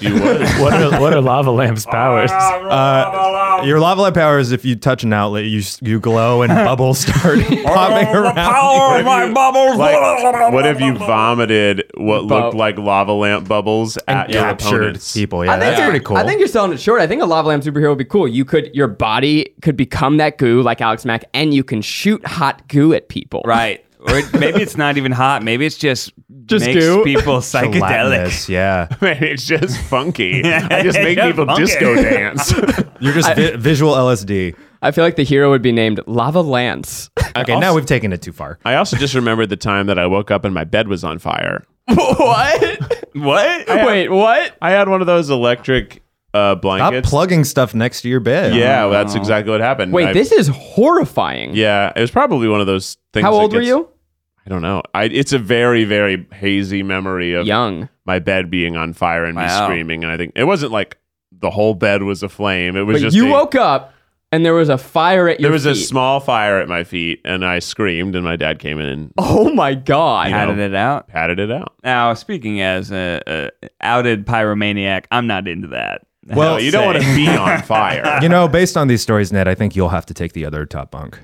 Speaker 2: She was.
Speaker 5: What are, what are lava lamps powers?
Speaker 4: Uh, your lava lamp power is if you touch an outlet, you s- you glow and bubbles start popping
Speaker 1: Oh,
Speaker 4: around.
Speaker 3: Power of my bubbles.
Speaker 2: Like, what if you vomited what
Speaker 1: Bu-
Speaker 2: looked like lava lamp bubbles at your
Speaker 4: Captured
Speaker 2: opponents?
Speaker 4: people. Yeah,
Speaker 1: I think
Speaker 4: that's
Speaker 1: you're-
Speaker 4: pretty cool.
Speaker 1: I think you're selling it short. I think a lava lamp superhero would be cool. You could your body could become that goo like Alex Mack, and you can shoot hot goo at people.
Speaker 3: Right. Or it- maybe it's not even hot. Maybe it's just,
Speaker 1: Just
Speaker 3: makes
Speaker 1: goo.
Speaker 3: people psychedelic.
Speaker 4: Gelatinous, Yeah,
Speaker 2: Man, it's just funky. I just make
Speaker 3: Yeah,
Speaker 2: people
Speaker 3: funky.
Speaker 2: disco dance.
Speaker 4: you're just vi- visual LSD.
Speaker 1: I feel like the hero would be named Lava Lance.
Speaker 4: Okay, now we've taken it too far.
Speaker 2: I also just remembered the time that I woke up and my bed was on fire.
Speaker 1: what?
Speaker 3: What?
Speaker 1: Wait, what?
Speaker 2: I had one of those electric uh,
Speaker 4: Stop
Speaker 2: blankets.
Speaker 4: plugging stuff next to your bed.
Speaker 2: yeah, well, that's exactly what happened.
Speaker 1: Oh. Wait,
Speaker 2: I-
Speaker 1: this is horrifying.
Speaker 2: Yeah, it was probably one of those things.
Speaker 1: How
Speaker 2: that
Speaker 1: old were
Speaker 2: gets-
Speaker 1: you?
Speaker 2: I don't know. I it's a very very hazy memory of
Speaker 1: Young.
Speaker 2: my bed being on fire and me
Speaker 3: Wow.
Speaker 2: screaming. And I think it wasn't like the whole bed was aflame. It was
Speaker 1: But
Speaker 2: just
Speaker 1: you
Speaker 2: a-
Speaker 1: woke up and there was a fire at your
Speaker 2: There was a
Speaker 1: feet.
Speaker 2: small fire at my feet, and I screamed, and my dad came in and
Speaker 1: Oh my god.
Speaker 2: Yeah.
Speaker 3: Patted it out.
Speaker 2: patted it out.
Speaker 3: Now, speaking as a, a outed pyromaniac, I'm not into that.
Speaker 2: Well, you don't
Speaker 3: say.
Speaker 2: want to be on fire.
Speaker 4: You know, based on these stories, Ned, I think you'll have to take the other top bunk.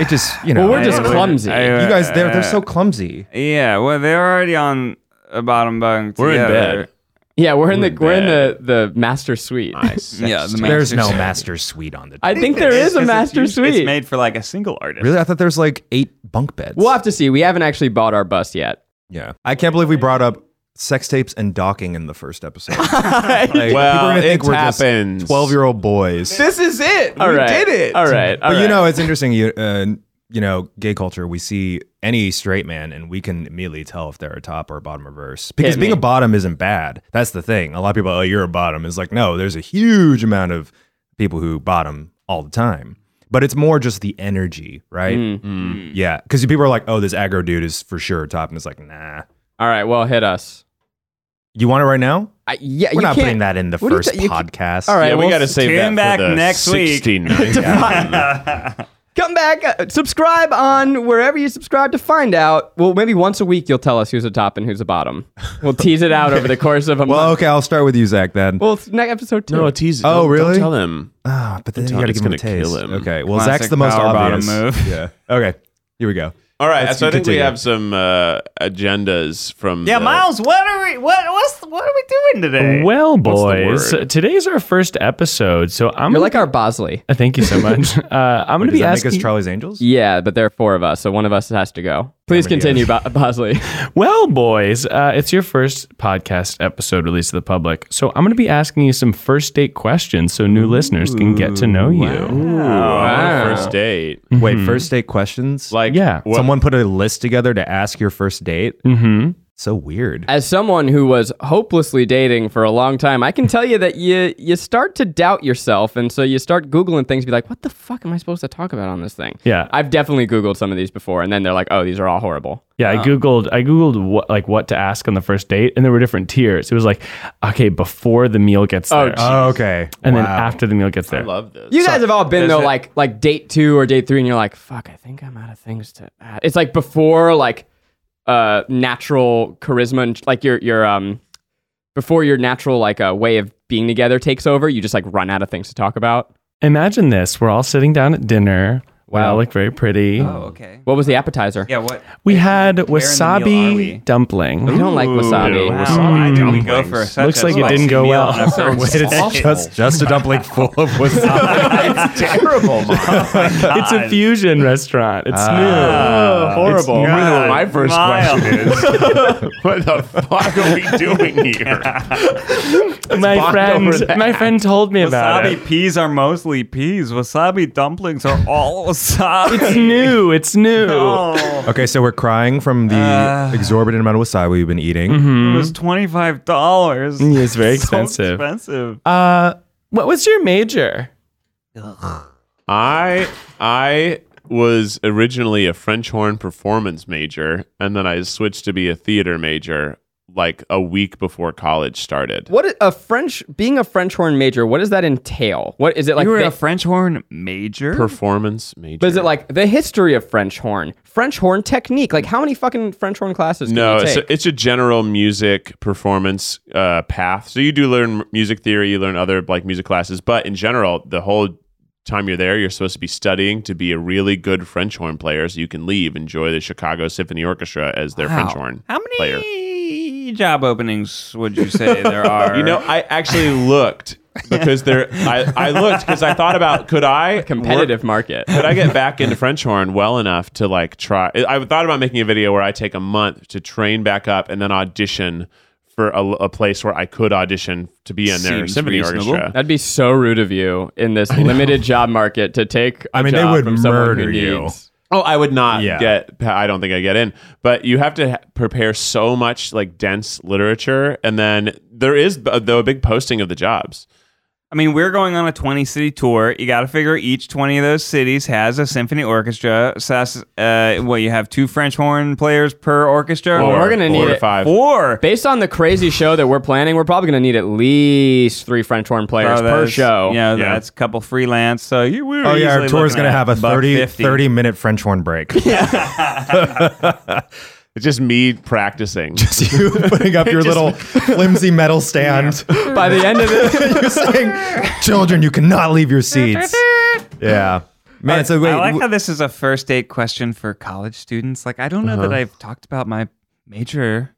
Speaker 4: It just, you know,
Speaker 1: well, we're
Speaker 3: I
Speaker 1: just
Speaker 3: don't-
Speaker 1: clumsy.
Speaker 3: I- uh,
Speaker 4: you guys, they're, they're so clumsy.
Speaker 3: Yeah, well, they're already on a bottom bunk.
Speaker 2: We're in
Speaker 3: together.
Speaker 2: bed.
Speaker 1: yeah, we're in the
Speaker 2: We're
Speaker 1: we're in the the master suite.
Speaker 2: Nice.
Speaker 3: Yeah, the
Speaker 4: There's
Speaker 3: master
Speaker 4: no
Speaker 3: suite.
Speaker 4: master suite on the.
Speaker 1: I think there is a
Speaker 3: 'cause it's
Speaker 1: master
Speaker 3: usually-
Speaker 1: suite.
Speaker 3: It's made for like a single artist.
Speaker 4: really, I thought there's like eight bunk beds.
Speaker 1: we'll have to see. We haven't actually bought our bus yet.
Speaker 4: Yeah, I can't believe we brought up sex tapes and docking in the first episode.
Speaker 2: Well, it happens.
Speaker 4: Twelve year old boys.
Speaker 1: This is it. All right. did it. All right.
Speaker 4: but you know, it's interesting. You, uh, you know, gay culture. We see any straight man, and we can immediately tell if they're a top or a bottom reverse. Because
Speaker 1: Hit
Speaker 4: being
Speaker 1: me.
Speaker 4: a bottom isn't bad. That's the thing. A lot of people, oh, you're a bottom. It's like no, there's a huge amount of people who bottom all the time. But it's more just the energy, right?
Speaker 1: Mm.
Speaker 4: Yeah, because people are like, oh, this aggro dude is for sure top, and it's like, nah.
Speaker 1: All right. Well, hit us.
Speaker 4: You want it right now?
Speaker 1: I, yeah,
Speaker 4: We're
Speaker 1: you
Speaker 4: not
Speaker 1: can't-
Speaker 4: putting that in the
Speaker 1: what do you
Speaker 4: first
Speaker 1: th- you can-
Speaker 4: podcast.
Speaker 1: All right.
Speaker 2: Yeah, we
Speaker 1: well,
Speaker 2: got to save
Speaker 3: tune
Speaker 2: that for
Speaker 3: back
Speaker 2: the
Speaker 3: next week.
Speaker 2: 69th.
Speaker 1: Come back, uh, subscribe on wherever you subscribe to find out. Well, maybe once a week you'll tell us who's a top and who's a bottom. We'll tease it out over the course of a
Speaker 4: Well,
Speaker 1: month.
Speaker 4: okay, I'll start with you, Zach. Then.
Speaker 1: Well, it's next episode two.
Speaker 2: No, tease.
Speaker 4: Oh,
Speaker 2: don't- don't
Speaker 4: really?
Speaker 2: tell him.
Speaker 4: Ah, but then you
Speaker 2: telling
Speaker 4: gotta
Speaker 2: it's
Speaker 4: give him a
Speaker 2: gonna
Speaker 4: taste.
Speaker 2: kill him.
Speaker 4: Okay. Well,
Speaker 3: Classic
Speaker 4: Zach's the most
Speaker 3: power
Speaker 4: obvious.
Speaker 3: bottom move.
Speaker 4: Yeah. Okay. Here we go.
Speaker 2: All right,
Speaker 4: Let's
Speaker 2: so I think we
Speaker 4: continue.
Speaker 2: have some uh, agendas from.
Speaker 3: Yeah,
Speaker 2: the-
Speaker 3: Miles, what are we? What what's what are we doing today?
Speaker 5: Well,
Speaker 2: What's
Speaker 5: boys, uh,
Speaker 2: the word?
Speaker 5: today's our first episode, so I'm
Speaker 1: You're like our Bosley.
Speaker 5: Uh, Thank you so much. Uh, I'm going to
Speaker 4: Does
Speaker 5: be
Speaker 4: that
Speaker 5: asking.
Speaker 4: make us Charlie's Angels?
Speaker 1: Yeah, but there are four of us, so one of us has to go. Please
Speaker 4: many
Speaker 1: continue, Bo- Bosley.
Speaker 5: well, boys, uh, it's your first podcast episode released to the public, so I'm going to be asking you some first date questions so new listeners can get to know you. Mm-hmm.
Speaker 2: Wow, First date.
Speaker 4: Wait, first date questions?
Speaker 2: Like,
Speaker 5: Yeah.
Speaker 2: what-
Speaker 4: Someone put a list together to ask your first date?
Speaker 5: hmm
Speaker 4: So weird.
Speaker 1: As someone who was hopelessly dating for a long time, I can tell you that you you start to doubt yourself, and so you start googling things, be like, "What the fuck am I supposed to talk about on this thing?"
Speaker 5: Yeah.
Speaker 1: I've definitely googled some of these before, and then they're like, "Oh, these are all horrible."
Speaker 5: Yeah, I googled I googled what like what to ask on the first date, and there were different tiers. It was like, okay, before the meal gets
Speaker 1: Oh,
Speaker 5: there,
Speaker 1: geez.
Speaker 4: Oh, okay.
Speaker 5: and then
Speaker 4: Wow.
Speaker 5: after the meal gets
Speaker 2: I
Speaker 5: there.
Speaker 2: love this.
Speaker 1: You guys have all been
Speaker 2: Is
Speaker 1: though,
Speaker 2: it-
Speaker 1: like like date two or date three, and you're like, "Fuck, I think I'm out of things to." Add. It's like before like uh natural charisma and like your your um before your natural like uh, way of being together takes over, you just like run out of things to talk about.
Speaker 5: Imagine this: we're all sitting down at dinner. Wow,
Speaker 1: Wow.
Speaker 5: look very pretty.
Speaker 3: Oh, okay.
Speaker 1: What was the appetizer?
Speaker 3: Yeah. What?
Speaker 5: We had
Speaker 3: Where in the meal are we? Oh,
Speaker 5: wasabi dumpling.
Speaker 1: I don't like wasabi.
Speaker 3: Wow,
Speaker 5: Wasabi
Speaker 3: I didn't
Speaker 5: dumplings.
Speaker 3: go for such
Speaker 5: Looks
Speaker 3: a
Speaker 5: like it didn't
Speaker 3: spicy
Speaker 5: go
Speaker 3: meal
Speaker 5: well.
Speaker 3: on a first
Speaker 5: Wait, it's
Speaker 3: date.
Speaker 4: Just, just a dumpling full of wasabi.
Speaker 2: It's terrible. Miles.
Speaker 5: It's a fusion restaurant. It's
Speaker 2: Oh, horrible.
Speaker 5: It's
Speaker 2: You really know what my
Speaker 3: God,
Speaker 2: first
Speaker 3: Miles.
Speaker 2: question is. what the fuck are we doing here?
Speaker 5: new. My
Speaker 2: bond over
Speaker 5: friend,
Speaker 2: that.
Speaker 5: my friend told me about it.
Speaker 3: Wasabi peas are mostly peas. Wasabi dumplings are all
Speaker 5: It's
Speaker 3: wasabi.
Speaker 5: new. It's new.
Speaker 3: Oh,
Speaker 4: okay, so we're crying from the exorbitant amount of wasabi we've been eating.
Speaker 5: Mm-hmm.
Speaker 3: it was twenty five dollars.
Speaker 5: Yeah, it's very
Speaker 3: so
Speaker 5: expensive.
Speaker 3: Expensive.
Speaker 5: Uh, what was your major?
Speaker 2: I I was originally a French horn performance major, and then I switched to be a theater major like a week before college started.
Speaker 1: What is- a French being a French horn major? What does that entail? What is it like?
Speaker 3: you were
Speaker 1: the-
Speaker 3: a French horn major.
Speaker 2: Performance major.
Speaker 1: but is it like the history of French horn, French horn technique? Like how many fucking French horn classes? Can
Speaker 2: No,
Speaker 1: you
Speaker 2: it's
Speaker 1: take?
Speaker 2: a, it's a general music performance uh, path. So you do learn m- music theory, you learn other like music classes, but in general, the whole time you're there, you're supposed to be studying to be a really good French horn player, so you can leave enjoy the Chicago Symphony Orchestra as their French horn
Speaker 3: How many
Speaker 2: player.
Speaker 3: job openings would you say there are?
Speaker 2: You know, I actually looked because there. I, I looked because I thought about could I
Speaker 1: competitive
Speaker 2: work-
Speaker 1: market.
Speaker 2: could I get back into French horn well enough to like try? I I thought about making a video where I take a month to train back up and then audition for a, a place where I could audition to be in their
Speaker 3: Seems
Speaker 2: symphony
Speaker 3: reasonable.
Speaker 2: orchestra.
Speaker 1: That'd be so rude of you in this limited job market to take. I
Speaker 4: I mean, they would
Speaker 1: from someone who
Speaker 4: murder you.
Speaker 1: needs-
Speaker 2: Oh, I would not
Speaker 4: Yeah.
Speaker 2: get. I don't think I get in. But you have to ha- prepare so much like dense literature, and then there is uh, though a big posting of the jobs.
Speaker 3: I mean, we're going on a 20 city tour. You got to figure each 20 of those cities has a symphony orchestra. So that's, uh, what, you have two French horn players per orchestra?
Speaker 2: Four-
Speaker 1: we're gonna need
Speaker 2: four to
Speaker 1: it.
Speaker 2: five.
Speaker 3: Four.
Speaker 1: Based on the crazy show that we're planning, we're probably going to need at least three French horn players
Speaker 3: Oh,
Speaker 1: per
Speaker 3: that's-
Speaker 1: show.
Speaker 3: You know,
Speaker 2: Yeah.
Speaker 3: that's a couple freelance. So you were.
Speaker 4: Oh, yeah, our
Speaker 3: easily
Speaker 4: tour's
Speaker 3: looking
Speaker 4: going
Speaker 3: at
Speaker 4: to have a
Speaker 3: buck
Speaker 4: 30,
Speaker 3: 50.
Speaker 4: 30 minute French horn break.
Speaker 2: It's just me practicing.
Speaker 4: you putting up your little flimsy metal stand.
Speaker 1: By the end of it,
Speaker 4: You're saying, children, you cannot leave your seats. Yeah. Man, so wait.
Speaker 3: I like
Speaker 4: w-
Speaker 3: how this is a first date question for college students. Like, I don't know that I've talked about my major.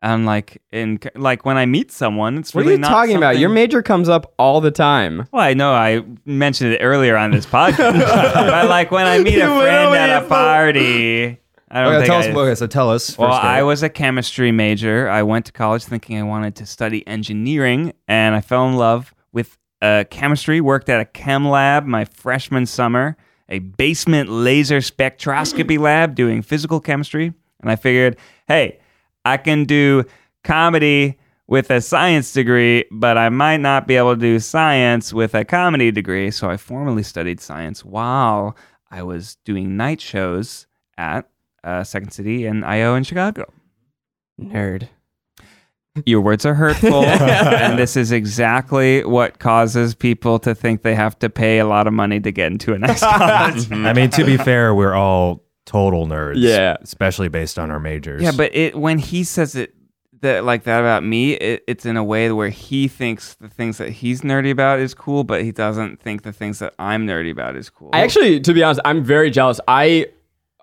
Speaker 3: And like in like when I meet someone, it's
Speaker 1: what are
Speaker 3: really
Speaker 1: you
Speaker 3: not
Speaker 1: talking about? Your
Speaker 3: something-
Speaker 1: major comes up all the time.
Speaker 3: Well, I know I mentioned it earlier on this podcast, but like when I meet a friend at a party, I don't
Speaker 4: okay,
Speaker 3: think I,
Speaker 4: tell us, okay, so tell us.
Speaker 3: well,
Speaker 4: first date.
Speaker 3: I was a chemistry major. I went to college thinking I wanted to study engineering, and I fell in love with uh, chemistry. Worked at a chem lab my freshman summer, a basement laser spectroscopy lab doing physical chemistry. And I figured, hey, I can do comedy with a science degree, but I might not be able to do science with a comedy degree. So I formally studied science while I was doing night shows at uh, Second City and IO in Chicago.
Speaker 1: Nerd.
Speaker 3: Your words are hurtful, and this is exactly what causes people to think they have to pay a lot of money to get into a nice college.
Speaker 4: I mean, to be fair, we're all total nerds.
Speaker 1: Yeah.
Speaker 4: Especially based on our majors.
Speaker 3: yeah, but it when he says it that like that about me, it, it's in a way where he thinks the things that he's nerdy about is cool, but he doesn't think the things that I'm nerdy about is cool.
Speaker 1: I actually, to be honest, I'm very jealous. I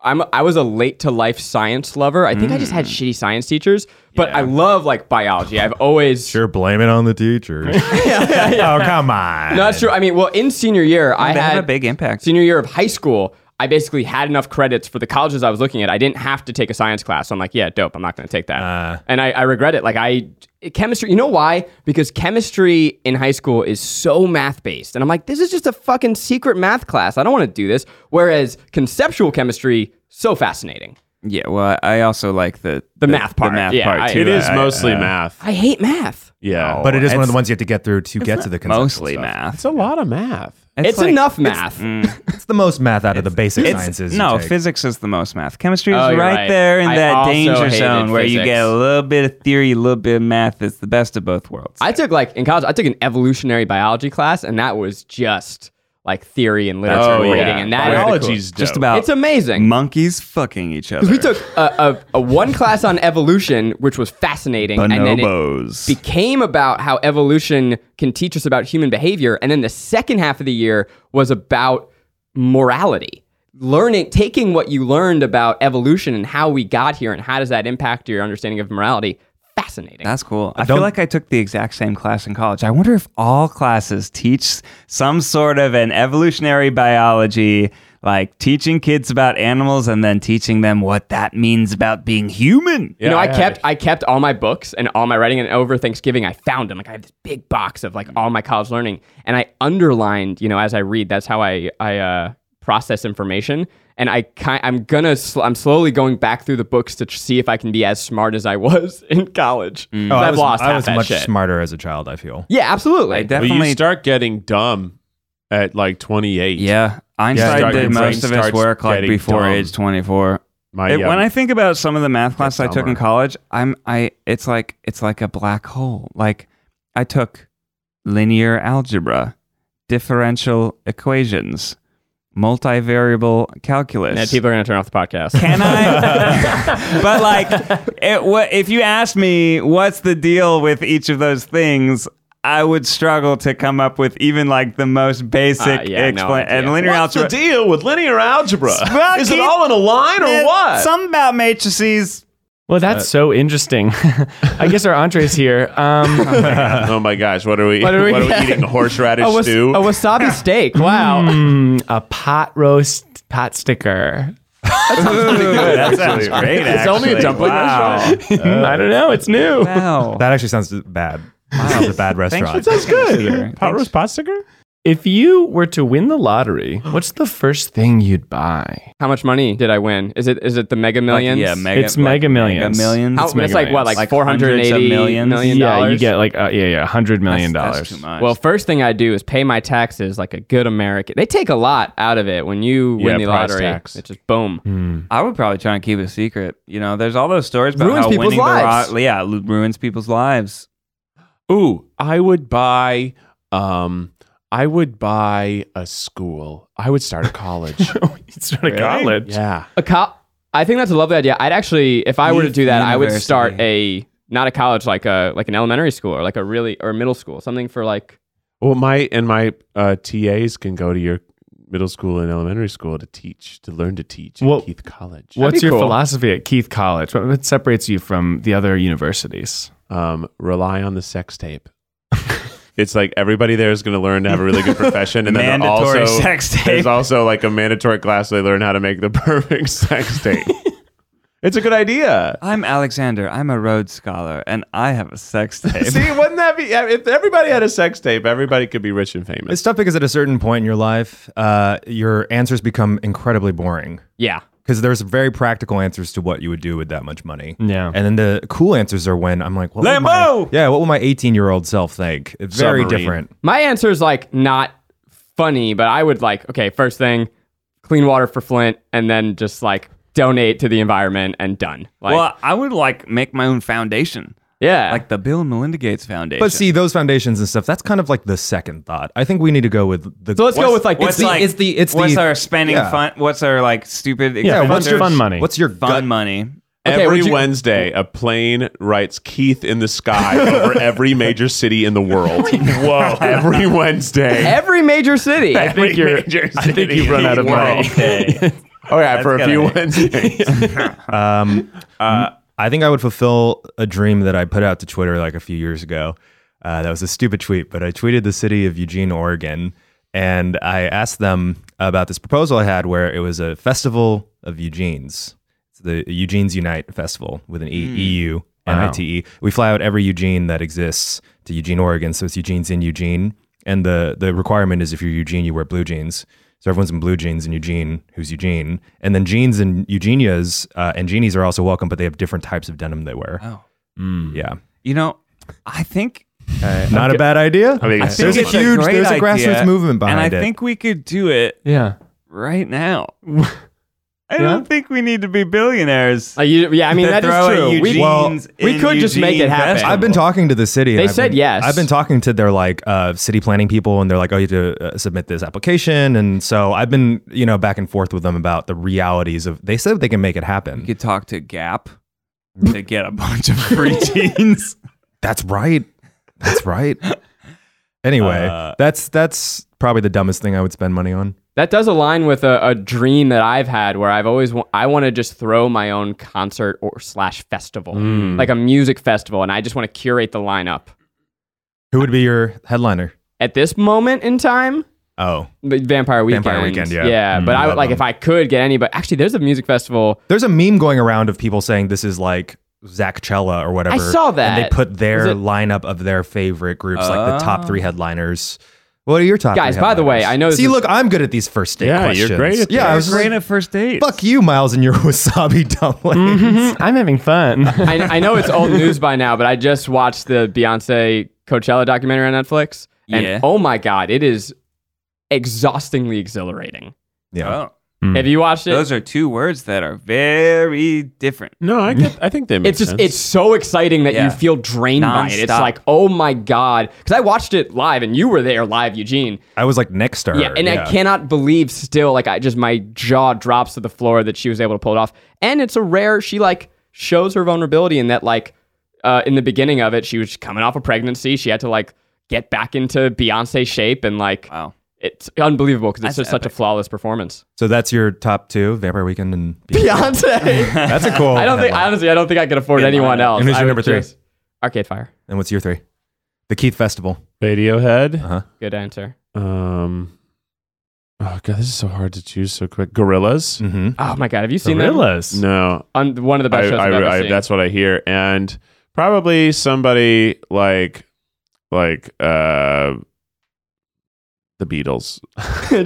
Speaker 1: I'm I was a late to life science lover. I think I just
Speaker 3: Mm.
Speaker 1: had shitty science teachers, but I love like biology. I've always
Speaker 4: Sure, blame it on the teachers. Oh, come on.
Speaker 1: No, that's true. I mean, well, in senior year, I
Speaker 3: They have
Speaker 1: had
Speaker 3: a big impact.
Speaker 1: Senior year of high school, I basically had enough credits for the colleges I was looking at. I didn't have to take a science class. So I'm like, yeah, dope. I'm not going to take that. and I, I regret it. Like I chemistry. You know why? Because chemistry in high school is so math based, and I'm like, this is just a fucking secret math class. I don't want to do this. Whereas conceptual chemistry, so fascinating.
Speaker 3: Yeah, well, I also like the
Speaker 1: The math part.
Speaker 3: The math
Speaker 1: Yeah,
Speaker 3: part
Speaker 1: I-
Speaker 3: too.
Speaker 2: It is
Speaker 3: I-
Speaker 2: mostly math.
Speaker 1: I hate math.
Speaker 2: yeah.
Speaker 4: But it is one of
Speaker 3: It's-
Speaker 4: the ones you have to get through to get to the conceptual
Speaker 3: mostly
Speaker 4: stuff.
Speaker 3: math.
Speaker 2: it's a lot of math.
Speaker 1: It's,
Speaker 3: like-
Speaker 1: enough math.
Speaker 4: It's the most math out of the basic
Speaker 3: it's-
Speaker 4: sciences. you
Speaker 3: No,
Speaker 4: take.
Speaker 3: physics is the most math. Chemistry is
Speaker 1: Oh,
Speaker 3: right,
Speaker 1: you're right.
Speaker 3: there in
Speaker 1: I
Speaker 3: that
Speaker 1: also
Speaker 3: danger
Speaker 1: hated
Speaker 3: zone where you get
Speaker 1: physics.
Speaker 3: a little bit of theory, a little bit of math. It's the best of both worlds.
Speaker 1: I took like in college, I took an evolutionary biology class, and that was just like theory and literature
Speaker 2: Oh,
Speaker 1: reading,
Speaker 2: yeah.
Speaker 1: and that is the
Speaker 2: Biology's
Speaker 1: coolest.
Speaker 2: dope.
Speaker 3: Just about
Speaker 1: It's amazing.
Speaker 3: monkeys fucking each other.
Speaker 1: we took a, a, a one class on evolution, which was fascinating, and then it
Speaker 3: bonobos.
Speaker 1: became about how evolution can teach us about human behavior, and then the second half of the year was about morality, learning, taking what you learned about evolution and how we got here, and how does that impact your understanding of morality. Fascinating.
Speaker 3: That's cool. I feel like I took the exact same class in college. I wonder if all classes teach some sort of an evolutionary biology, like teaching kids about animals and then teaching them what that means about being human.
Speaker 1: you know,
Speaker 2: Yeah,
Speaker 1: I,
Speaker 2: I had
Speaker 1: kept I kept all my books and all my writing, and over Thanksgiving I found them. Like I have this big box of like all my college learning, and I underlined. You know, as I read, that's how I I uh, process information. And I kind I'm gonna sl- I'm slowly going back through the books to tr- see if I can be as smart as I was in college.
Speaker 3: Mm.
Speaker 1: 'Cause
Speaker 4: Oh, I
Speaker 1: I've
Speaker 4: was,
Speaker 1: lost
Speaker 4: I
Speaker 1: half
Speaker 4: was
Speaker 1: that
Speaker 4: much
Speaker 1: shit.
Speaker 4: smarter as a child, I feel.
Speaker 1: yeah, absolutely.
Speaker 3: I
Speaker 2: But
Speaker 3: definitely.
Speaker 2: you start getting dumb at like 28.
Speaker 3: yeah. Einstein
Speaker 2: start- your
Speaker 3: did
Speaker 2: brain
Speaker 3: most of his
Speaker 2: starts
Speaker 3: work like
Speaker 2: getting
Speaker 3: before
Speaker 2: dumb.
Speaker 3: age 24.
Speaker 2: My,
Speaker 3: It-
Speaker 2: Uh, yeah,
Speaker 3: when I think about some of the math classes I took in
Speaker 4: summer.
Speaker 3: college, I'm I it's like it's like a black hole. Like I took linear algebra, differential equations, multivariable calculus.
Speaker 1: and people are gonna turn off the podcast.
Speaker 3: Can I? but like, it, wha- if you asked me what's the deal with each of those things, I would struggle to come up with even like the most basic
Speaker 1: Uh, yeah, no
Speaker 3: explanation.
Speaker 1: idea.
Speaker 3: and linear
Speaker 2: What's
Speaker 3: algebra.
Speaker 2: the deal with linear algebra?
Speaker 3: Well,
Speaker 2: Is it
Speaker 3: keep-
Speaker 2: all in a line or
Speaker 3: Eh,
Speaker 2: what?
Speaker 3: Something about matrices.
Speaker 5: Well, that's so interesting. I guess our entree's here. Um,
Speaker 2: oh my gosh, what are we? What
Speaker 1: are
Speaker 2: are
Speaker 1: we-
Speaker 2: we, eating? Horseradish
Speaker 1: a, was-
Speaker 2: stew?
Speaker 1: a wasabi steak. Wow.
Speaker 5: mm, a pot roast pot sticker.
Speaker 3: that sounds great. Actually.
Speaker 2: It's only a dumpling
Speaker 3: wow.
Speaker 2: restaurant.
Speaker 5: I don't know. It's new.
Speaker 3: Wow.
Speaker 4: That actually sounds bad. This is a bad restaurant.
Speaker 3: That's
Speaker 2: Good. Pot roast pot sticker?
Speaker 5: If you were to win the lottery, what's the first thing you'd buy?
Speaker 1: How much money did I win? Is it is it the Mega Millions?
Speaker 3: yeah, mega,
Speaker 5: It's Mega Millions.
Speaker 3: Mega millions.
Speaker 1: How,
Speaker 5: It's
Speaker 1: it's,
Speaker 5: Mega
Speaker 1: like what,
Speaker 5: Millions.
Speaker 1: like,
Speaker 3: Like
Speaker 1: four
Speaker 3: hundreds of
Speaker 1: hundred eighty million
Speaker 3: millions. Million
Speaker 5: yeah,
Speaker 1: dollars?
Speaker 5: you get like uh, yeah, yeah, hundred million dollars.
Speaker 3: That's too much.
Speaker 1: Well, first thing I do is pay my taxes like a good American. They take a lot out of it when you
Speaker 2: Yeah,
Speaker 1: win the
Speaker 2: price
Speaker 1: lottery.
Speaker 2: tax.
Speaker 1: It's just boom.
Speaker 3: I would probably try and keep it a secret. You know, there's all those stories about
Speaker 1: Ruins
Speaker 3: how
Speaker 1: people's
Speaker 3: winning
Speaker 1: lives.
Speaker 3: the ro- yeah lu- ruins people's lives.
Speaker 2: Ooh, I would buy um I would buy a school. I would start a college.
Speaker 5: it's not Oh, a college.
Speaker 2: yeah.
Speaker 1: A co- I think that's a lovely idea. I'd actually, if I were to
Speaker 3: Leave
Speaker 1: do that, I would
Speaker 3: university.
Speaker 1: start a not a college like a like an elementary school or like a really or middle school, something for like.
Speaker 2: Well, my and my uh, TAs can go to your middle school and elementary school to teach, to learn to teach at
Speaker 5: Well,
Speaker 2: Keith College.
Speaker 5: What's your
Speaker 1: cool.
Speaker 5: philosophy at Keith College? What, what separates you from the other universities?
Speaker 2: Um, rely on the sex tape. It's like everybody there is going to learn to have a really good profession, and then they're
Speaker 3: Mandatory
Speaker 2: also
Speaker 3: sex tape.
Speaker 2: There's also like a mandatory class where they learn how to make the perfect sex tape. it's a good idea.
Speaker 3: I'm Alexander. I'm a Rhodes Scholar, and I have a sex tape.
Speaker 2: See, wouldn't that be if everybody had a sex tape, everybody could be rich and famous.
Speaker 4: It's tough because at a certain point in your life, uh, your answers become incredibly boring.
Speaker 1: Yeah,
Speaker 4: Because there's very practical answers to what you would do with that much money.
Speaker 5: Yeah.
Speaker 4: And then the cool answers are when I'm like, what will
Speaker 3: Lambo!
Speaker 4: my- yeah, what will my 18 year old self think? It's very
Speaker 2: Submarine.
Speaker 4: different.
Speaker 1: my answer is like not funny, but I would like okay, first thing, clean water for Flint, and then just like donate to the environment and done. Like,
Speaker 3: well, I would like make my own foundation,
Speaker 1: yeah,
Speaker 3: like the Bill and Melinda Gates Foundation.
Speaker 4: But see, those foundations and stuff, that's kind of like the second thought. I think we need to go with the.
Speaker 1: so let's go with like
Speaker 3: what's
Speaker 1: the,
Speaker 3: like
Speaker 4: it's the- it's
Speaker 3: what's
Speaker 4: the-
Speaker 3: our spending
Speaker 4: yeah.
Speaker 3: fun? What's our like stupid?
Speaker 5: Yeah, what's your
Speaker 3: expensive
Speaker 5: fun money?
Speaker 4: What's your
Speaker 3: fun
Speaker 4: gut?
Speaker 3: money?
Speaker 1: Okay,
Speaker 2: every
Speaker 1: would you-
Speaker 2: Wednesday, a plane writes Keith in the sky over every major city in the world. Whoa! Every Wednesday,
Speaker 1: every major city.
Speaker 5: I think you're. I think you've run out of money.
Speaker 2: Oh yeah, for a
Speaker 3: gotta
Speaker 2: few
Speaker 3: hate.
Speaker 2: Wednesdays.
Speaker 4: Um, uh, I think I would fulfill a dream that I put out to Twitter like a few years ago. Uh, that was a stupid tweet, but I tweeted the city of Eugene, Oregon, and I asked them about this proposal I had where it was a festival of Eugene's. It's the Eugene's Unite Festival with an E EU. M-I-T-E. E. We fly out every Eugene that exists to Eugene, Oregon. So it's Eugene's in Eugene. And the, the requirement is if you're Eugene, you wear blue jeans. So everyone's in blue jeans in Eugene, who's Eugene. And then jeans and Eugenia's uh, and Jeanies are also welcome, but they have different types of denim they wear.
Speaker 3: Oh.
Speaker 4: Yeah.
Speaker 3: You know, I think
Speaker 4: Not a bad idea.
Speaker 2: I mean, I
Speaker 4: there's a
Speaker 2: think it's a
Speaker 4: huge,
Speaker 3: great
Speaker 4: there's a grassroots
Speaker 3: idea,
Speaker 4: movement behind
Speaker 3: and I
Speaker 4: it.
Speaker 3: think we could do it
Speaker 5: Yeah.
Speaker 3: right now. I don't think we need to be billionaires.
Speaker 1: Uh, you- yeah, I mean
Speaker 3: That
Speaker 1: that is
Speaker 3: throw at
Speaker 1: true. We,
Speaker 3: Eugene's
Speaker 1: we
Speaker 3: in
Speaker 1: could just make
Speaker 3: Eugene
Speaker 1: it happen.
Speaker 3: Festival.
Speaker 4: I've been talking to the city. and
Speaker 1: They
Speaker 4: I've
Speaker 1: said
Speaker 4: been-
Speaker 1: yes.
Speaker 4: I've been talking to their like uh, city planning people, and they're like, "Oh, you have to uh, submit this application." And so I've been, you know, back and forth with them about the realities of. They said they can make it
Speaker 3: You
Speaker 4: happen.
Speaker 3: could talk to Gap to get a bunch of free jeans.
Speaker 4: That's right. That's right. anyway, that's that's probably the dumbest thing I would spend money on.
Speaker 1: That does align with a, a dream that I've had, where I've always wa- I want to just throw my own concert or slash festival,
Speaker 4: Mm.
Speaker 1: like a music festival, and I just want to curate the lineup.
Speaker 4: Who would be your headliner?
Speaker 1: At this moment in time,
Speaker 4: Oh,
Speaker 1: the Vampire Weekend.
Speaker 4: Vampire Weekend, yeah.
Speaker 1: yeah.
Speaker 4: Mm,
Speaker 1: but I would
Speaker 4: love
Speaker 1: like
Speaker 4: them.
Speaker 1: if I could get anybody. Actually, there's a music festival.
Speaker 4: there's a meme going around of people saying this is like Zach Chella or whatever.
Speaker 1: I saw that.
Speaker 4: And they put their
Speaker 1: Was it- Oh.
Speaker 4: lineup of their favorite groups, like the top three headliners. What are your top
Speaker 1: Guys,
Speaker 4: three
Speaker 1: by the way,
Speaker 4: headliners?
Speaker 1: I know this
Speaker 4: See,
Speaker 1: is-
Speaker 4: look, I'm good at these first date
Speaker 2: Yeah, you're
Speaker 4: questions.
Speaker 2: great at
Speaker 4: yeah,
Speaker 2: this.
Speaker 4: I was
Speaker 3: Great
Speaker 4: like,
Speaker 3: at first date.
Speaker 4: fuck you, Miles, and your wasabi dumplings.
Speaker 1: Mm-hmm.
Speaker 5: I'm having fun.
Speaker 1: I, I know it's old news by now, but I just watched the Beyonce Coachella documentary on Netflix, and
Speaker 3: Yeah.
Speaker 1: oh my god, it is exhaustingly exhilarating.
Speaker 4: Yeah,
Speaker 3: Oh,
Speaker 1: Have you watched it?
Speaker 3: those are two words that are very different.
Speaker 2: no, I get, I think they make
Speaker 1: it's just
Speaker 2: sense.
Speaker 1: it's so exciting that
Speaker 3: Yeah.
Speaker 1: you feel drained by it. It's
Speaker 3: Nonstop.
Speaker 1: like, oh my god, because I watched it live, and you were there live, Eugene.
Speaker 4: I was like next to her.
Speaker 1: Yeah, and I cannot believe still, like I just my jaw drops to the floor that she was able to pull it off. And it's a rare she like shows her vulnerability in that like uh, in the beginning of it, she was coming off a pregnancy. She had to like get back into Beyonce shape and like
Speaker 3: Wow.
Speaker 1: it's unbelievable because it's just such a flawless performance.
Speaker 4: So that's your top two: Vampire Weekend and Beyonce.
Speaker 1: Beyonce.
Speaker 4: That's a cool.
Speaker 1: I don't think
Speaker 4: headline.
Speaker 1: honestly I don't think I could afford anyone else.
Speaker 4: Oh, And who's
Speaker 1: I
Speaker 4: your
Speaker 1: would
Speaker 4: number three?
Speaker 1: choose Arcade Fire.
Speaker 4: and what's your three? The Keith Festival.
Speaker 2: Radiohead.
Speaker 1: Good answer.
Speaker 2: Um, oh god, this is so hard to choose so quick. Gorillas.
Speaker 4: Mm-hmm.
Speaker 1: Oh my god, have you seen that?
Speaker 5: Gorillas.
Speaker 2: No,
Speaker 1: On one of the best
Speaker 2: I,
Speaker 1: shows
Speaker 2: I,
Speaker 1: have ever
Speaker 2: I-
Speaker 1: seen.
Speaker 2: that's what I hear, and probably somebody like like uh the Beatles.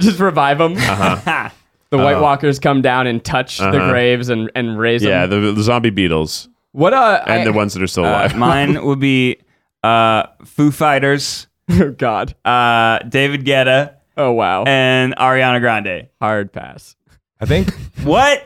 Speaker 1: just revive them.
Speaker 3: Uh-huh.
Speaker 1: The White Walkers come down and touch the
Speaker 2: Uh-huh.
Speaker 1: graves and, and raise
Speaker 2: Yeah,
Speaker 1: them.
Speaker 2: the, the zombie Beatles
Speaker 1: what uh,
Speaker 2: and
Speaker 1: I-
Speaker 2: the ones that are still
Speaker 3: Uh,
Speaker 2: alive.
Speaker 3: mine would be uh, Foo Fighters,
Speaker 1: oh God.
Speaker 3: uh, David Guetta,
Speaker 1: Oh wow.
Speaker 3: and Ariana Grande.
Speaker 1: Hard pass.
Speaker 4: I think
Speaker 3: What?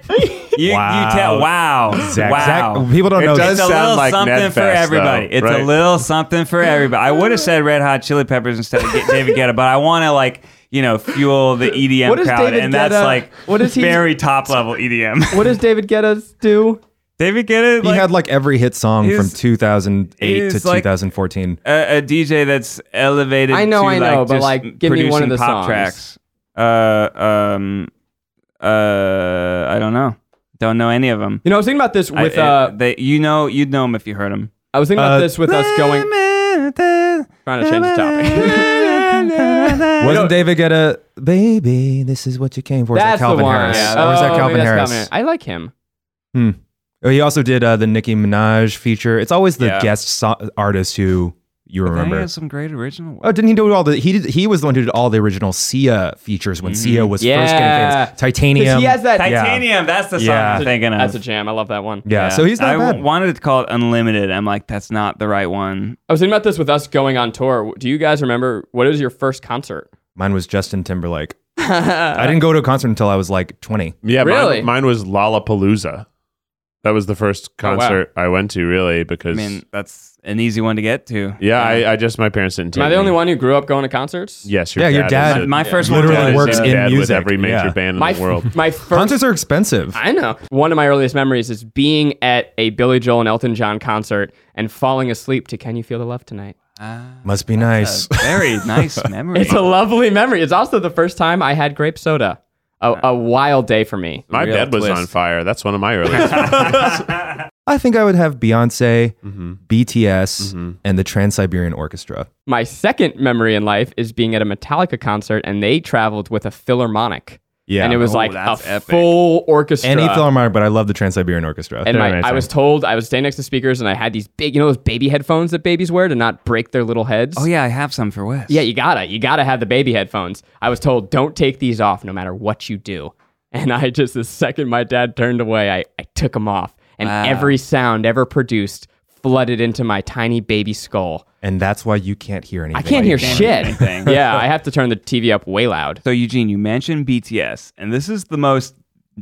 Speaker 3: You,
Speaker 4: Wow.
Speaker 3: You tell, wow.
Speaker 4: Zach-
Speaker 3: wow.
Speaker 4: Zach- people don't
Speaker 2: It
Speaker 4: know.
Speaker 2: does
Speaker 3: it's a
Speaker 2: sound
Speaker 3: little
Speaker 2: like
Speaker 3: something
Speaker 2: Ned
Speaker 3: for
Speaker 2: Fest,
Speaker 3: everybody.
Speaker 2: though,
Speaker 3: it's
Speaker 2: right?
Speaker 3: a little something for everybody. I would have said Red Hot Chili Peppers instead of Get- David Guetta, but I want to like you know fuel the EDM
Speaker 1: What is
Speaker 3: crowd,
Speaker 1: David
Speaker 3: and that's
Speaker 1: Guetta-
Speaker 3: like
Speaker 1: what is he-
Speaker 3: very top level EDM.
Speaker 1: What does David Guetta do?
Speaker 3: David Guetta,
Speaker 4: he
Speaker 3: like,
Speaker 4: had like every hit song from
Speaker 3: he's-
Speaker 4: 2008 to
Speaker 3: he's like-
Speaker 4: 2014.
Speaker 3: a, a DJ that's elevated.
Speaker 1: I know,
Speaker 3: to,
Speaker 1: I know,
Speaker 3: like,
Speaker 1: but,
Speaker 3: just
Speaker 1: like, give me one of
Speaker 3: producing
Speaker 1: the
Speaker 3: pop
Speaker 1: songs.
Speaker 3: tracks. Uh, um, uh, I don't know. Don't know any of them.
Speaker 1: You know, I was thinking about this with
Speaker 3: I,
Speaker 1: uh,
Speaker 3: they, you know, you'd know them if you heard them.
Speaker 1: I was thinking about
Speaker 4: uh,
Speaker 1: this with us going trying to change the topic.
Speaker 4: Wasn't David Guetta, baby, this is what you came for? Is that
Speaker 1: that's the
Speaker 4: Calvin
Speaker 1: one.
Speaker 4: Harris?
Speaker 1: Yeah,
Speaker 4: Or is
Speaker 1: oh,
Speaker 4: that
Speaker 1: maybe
Speaker 4: Calvin
Speaker 1: that's
Speaker 4: Harris?
Speaker 1: I like him.
Speaker 4: Oh, he also did uh, the Nicki Minaj feature. It's always the
Speaker 3: Yeah.
Speaker 4: guest so- artist who you
Speaker 3: Remember. He
Speaker 4: remember.
Speaker 3: has some great original. work.
Speaker 4: Oh, didn't he do all the? He did, he was the one who did all the original Sia features when Sia was first
Speaker 1: Mm-hmm. Yeah.
Speaker 4: getting famous.
Speaker 1: 'Cause
Speaker 4: Titanium.
Speaker 1: he has that.
Speaker 3: Titanium. That's the song
Speaker 4: Yeah.
Speaker 3: I'm thinking of.
Speaker 1: That's a jam. I love that one.
Speaker 4: yeah, so he's not
Speaker 3: I
Speaker 4: bad.
Speaker 3: w- wanted to call it Unlimited. I'm like, that's not the right one.
Speaker 1: I was thinking about this with us going on tour. Do you guys remember what was your first concert?
Speaker 4: Mine was Justin Timberlake. I didn't go to a concert until I was like 20.
Speaker 2: yeah, mine-
Speaker 1: Really? Oh,
Speaker 2: Mine, was Lollapalooza. That was the first
Speaker 1: wow.
Speaker 2: concert I went to, really,
Speaker 3: I
Speaker 2: because
Speaker 3: mean, that's an easy one to get to.
Speaker 2: yeah, I, I just my parents didn't.
Speaker 1: Am I the
Speaker 2: take me.
Speaker 1: only one who grew up going to concerts?
Speaker 2: Yes,
Speaker 4: Yeah, your
Speaker 2: is
Speaker 4: dad-
Speaker 2: a-
Speaker 3: My first one
Speaker 4: Literally
Speaker 3: was,
Speaker 4: works
Speaker 3: uh,
Speaker 2: Dad
Speaker 4: in
Speaker 2: with
Speaker 4: music.
Speaker 2: every major
Speaker 4: Yeah.
Speaker 2: band in
Speaker 1: My
Speaker 2: the world.
Speaker 1: my first
Speaker 4: Concerts are expensive.
Speaker 1: I know. One of my earliest memories is being at a Billy Joel and Elton John concert and falling asleep to Can You Feel the Love Tonight?
Speaker 4: Must be nice.
Speaker 3: Very nice memory.
Speaker 1: It's a lovely memory. It's also the first time I had grape soda. a, a wild day for me.
Speaker 2: My
Speaker 4: Real
Speaker 2: bed was
Speaker 4: twist.
Speaker 2: on fire. That's one of my earliest.
Speaker 4: I think I would have Beyonce,
Speaker 2: Mhm.
Speaker 4: BTS, and the Trans Siberian Orchestra.
Speaker 1: My second memory in life is being at a Metallica concert, and they traveled with a philharmonic.
Speaker 4: Yeah.
Speaker 1: and it was
Speaker 4: Oh,
Speaker 1: like a
Speaker 2: that's epic.
Speaker 1: full orchestra.
Speaker 4: Any Philharmonic, but I love the Trans Siberian Orchestra.
Speaker 1: and
Speaker 5: They're
Speaker 1: my, I
Speaker 5: amazing.
Speaker 1: was told I was standing next to speakers, and I had these big, you know, those baby headphones that babies wear to not break their little heads.
Speaker 3: Oh yeah, I have some for Wes.
Speaker 1: Yeah, you gotta, you gotta have the baby headphones. I was told, don't take these off no matter what you do. And I just, the second my dad turned away, I, I took them off. And every sound ever produced flooded into my tiny baby skull.
Speaker 4: and that's why you can't hear anything.
Speaker 1: I can't hear
Speaker 3: can't hear
Speaker 1: shit.
Speaker 3: anything.
Speaker 1: yeah, I have to turn the TV up way loud.
Speaker 3: So Eugene, you mentioned BTS, and this is the most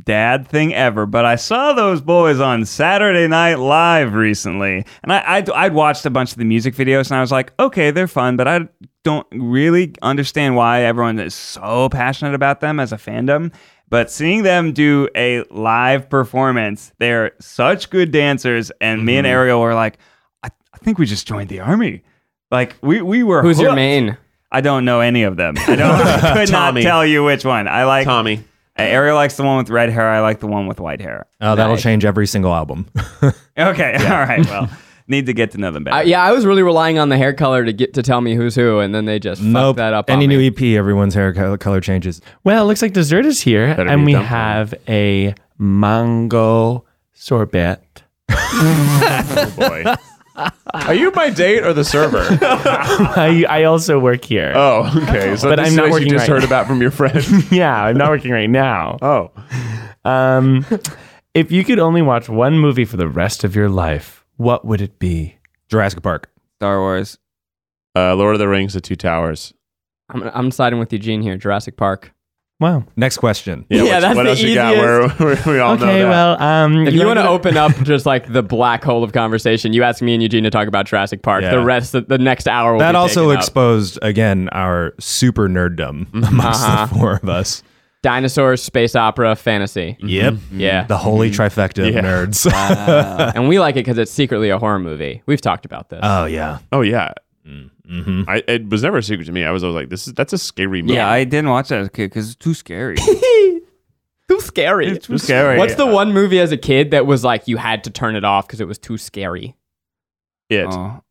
Speaker 3: dad thing ever. But I saw those boys on Saturday Night Live recently, and I I'd, I'd watched a bunch of the music videos, and I was like, okay, they're fun, but I don't really understand why everyone is so passionate about them as a fandom. But seeing them do a live performance, they're such good dancers, and me
Speaker 1: Mm-hmm.
Speaker 3: and Ariel were like, I, I think we just joined the army. Like we we were
Speaker 1: Who's your
Speaker 3: hooked.
Speaker 1: main?
Speaker 3: I don't know any of them. I don't I could not
Speaker 2: Tommy.
Speaker 3: tell you which one. I like
Speaker 2: Tommy.
Speaker 3: Ariel likes the one with red hair. I like the one with white hair.
Speaker 4: Oh, that'll change every single album.
Speaker 3: Okay, all right. Well, need to get to know them better.
Speaker 1: I, yeah, I was really relying on the hair color to get to tell me who's who, and then they just fucked that up.
Speaker 4: Any
Speaker 1: on
Speaker 4: new
Speaker 1: me.
Speaker 4: EP, everyone's hair co- color changes.
Speaker 5: Well, it looks like dessert is here,
Speaker 2: Better be
Speaker 5: and we
Speaker 2: dumpling.
Speaker 5: have a mango sorbet.
Speaker 2: oh boy. Are you my date or the server?
Speaker 5: I, I also work here.
Speaker 2: Oh, okay. So
Speaker 5: But
Speaker 2: this
Speaker 5: I'm
Speaker 2: is
Speaker 5: not
Speaker 2: what
Speaker 5: working
Speaker 2: you just
Speaker 5: right
Speaker 2: heard about from your friend.
Speaker 5: Yeah, I'm not working right now.
Speaker 2: oh,
Speaker 5: Um, if you could only watch one movie for the rest of your life, what would it be?
Speaker 4: Jurassic Park.
Speaker 3: Star Wars.
Speaker 2: uh, Lord of the Rings: The Two Towers.
Speaker 1: I'm, I'm siding with Eugene here. Jurassic Park.
Speaker 5: Wow.
Speaker 4: Next question.
Speaker 2: Yeah,
Speaker 1: Yeah,
Speaker 2: what-
Speaker 1: that's
Speaker 2: what
Speaker 1: the
Speaker 2: else you got? Where,
Speaker 1: easiest.
Speaker 2: where we all know
Speaker 5: Okay,
Speaker 2: that.
Speaker 5: well, um,
Speaker 1: If you want to
Speaker 5: go
Speaker 1: open up just like the black hole of conversation, you ask me and Eugene to talk about Jurassic Park.
Speaker 4: Yeah.
Speaker 1: The rest, of the next hour, will
Speaker 4: That
Speaker 1: be
Speaker 4: also
Speaker 1: taken up.
Speaker 4: exposed again our super nerddom amongst
Speaker 1: Uh-huh.
Speaker 4: the four of us.
Speaker 1: dinosaurs, space opera, fantasy.
Speaker 4: Yep.
Speaker 1: Yeah, Mm-hmm.
Speaker 4: The holy trifecta of
Speaker 2: Yeah.
Speaker 4: nerds.
Speaker 1: and we like it because it's secretly a horror movie. We've talked about this.
Speaker 4: oh yeah.
Speaker 2: oh yeah,
Speaker 4: Mm-hmm.
Speaker 2: I, it was never a secret to me. I was always like, this is that's a scary movie.
Speaker 3: Yeah, I didn't watch that as a kid because it's too scary.
Speaker 1: too scary.
Speaker 2: it's too scary.
Speaker 1: What's the one movie as a kid that was like you had to turn it off because it was too scary?
Speaker 2: it?
Speaker 3: oh.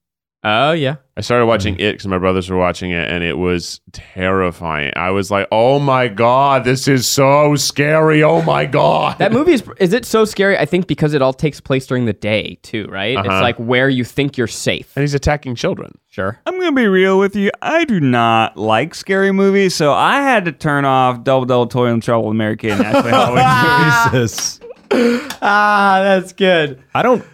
Speaker 1: Oh yeah,
Speaker 2: I started watching it because my brothers were watching it, and it was terrifying. I was like, oh my god, this is so scary. Oh my god.
Speaker 1: that movie is is it so scary? I think because it all takes place during the day too, right? It's
Speaker 2: Uh-huh.
Speaker 1: like where you think you're safe.
Speaker 2: and he's attacking children.
Speaker 1: Sure.
Speaker 3: I'm gonna be real with you. I do not like scary movies, so I had to turn off Double Double Toy and Trouble with Mary Kay and Ashley Halloween.
Speaker 4: Jesus.
Speaker 1: Ah, that's good.
Speaker 4: I don't.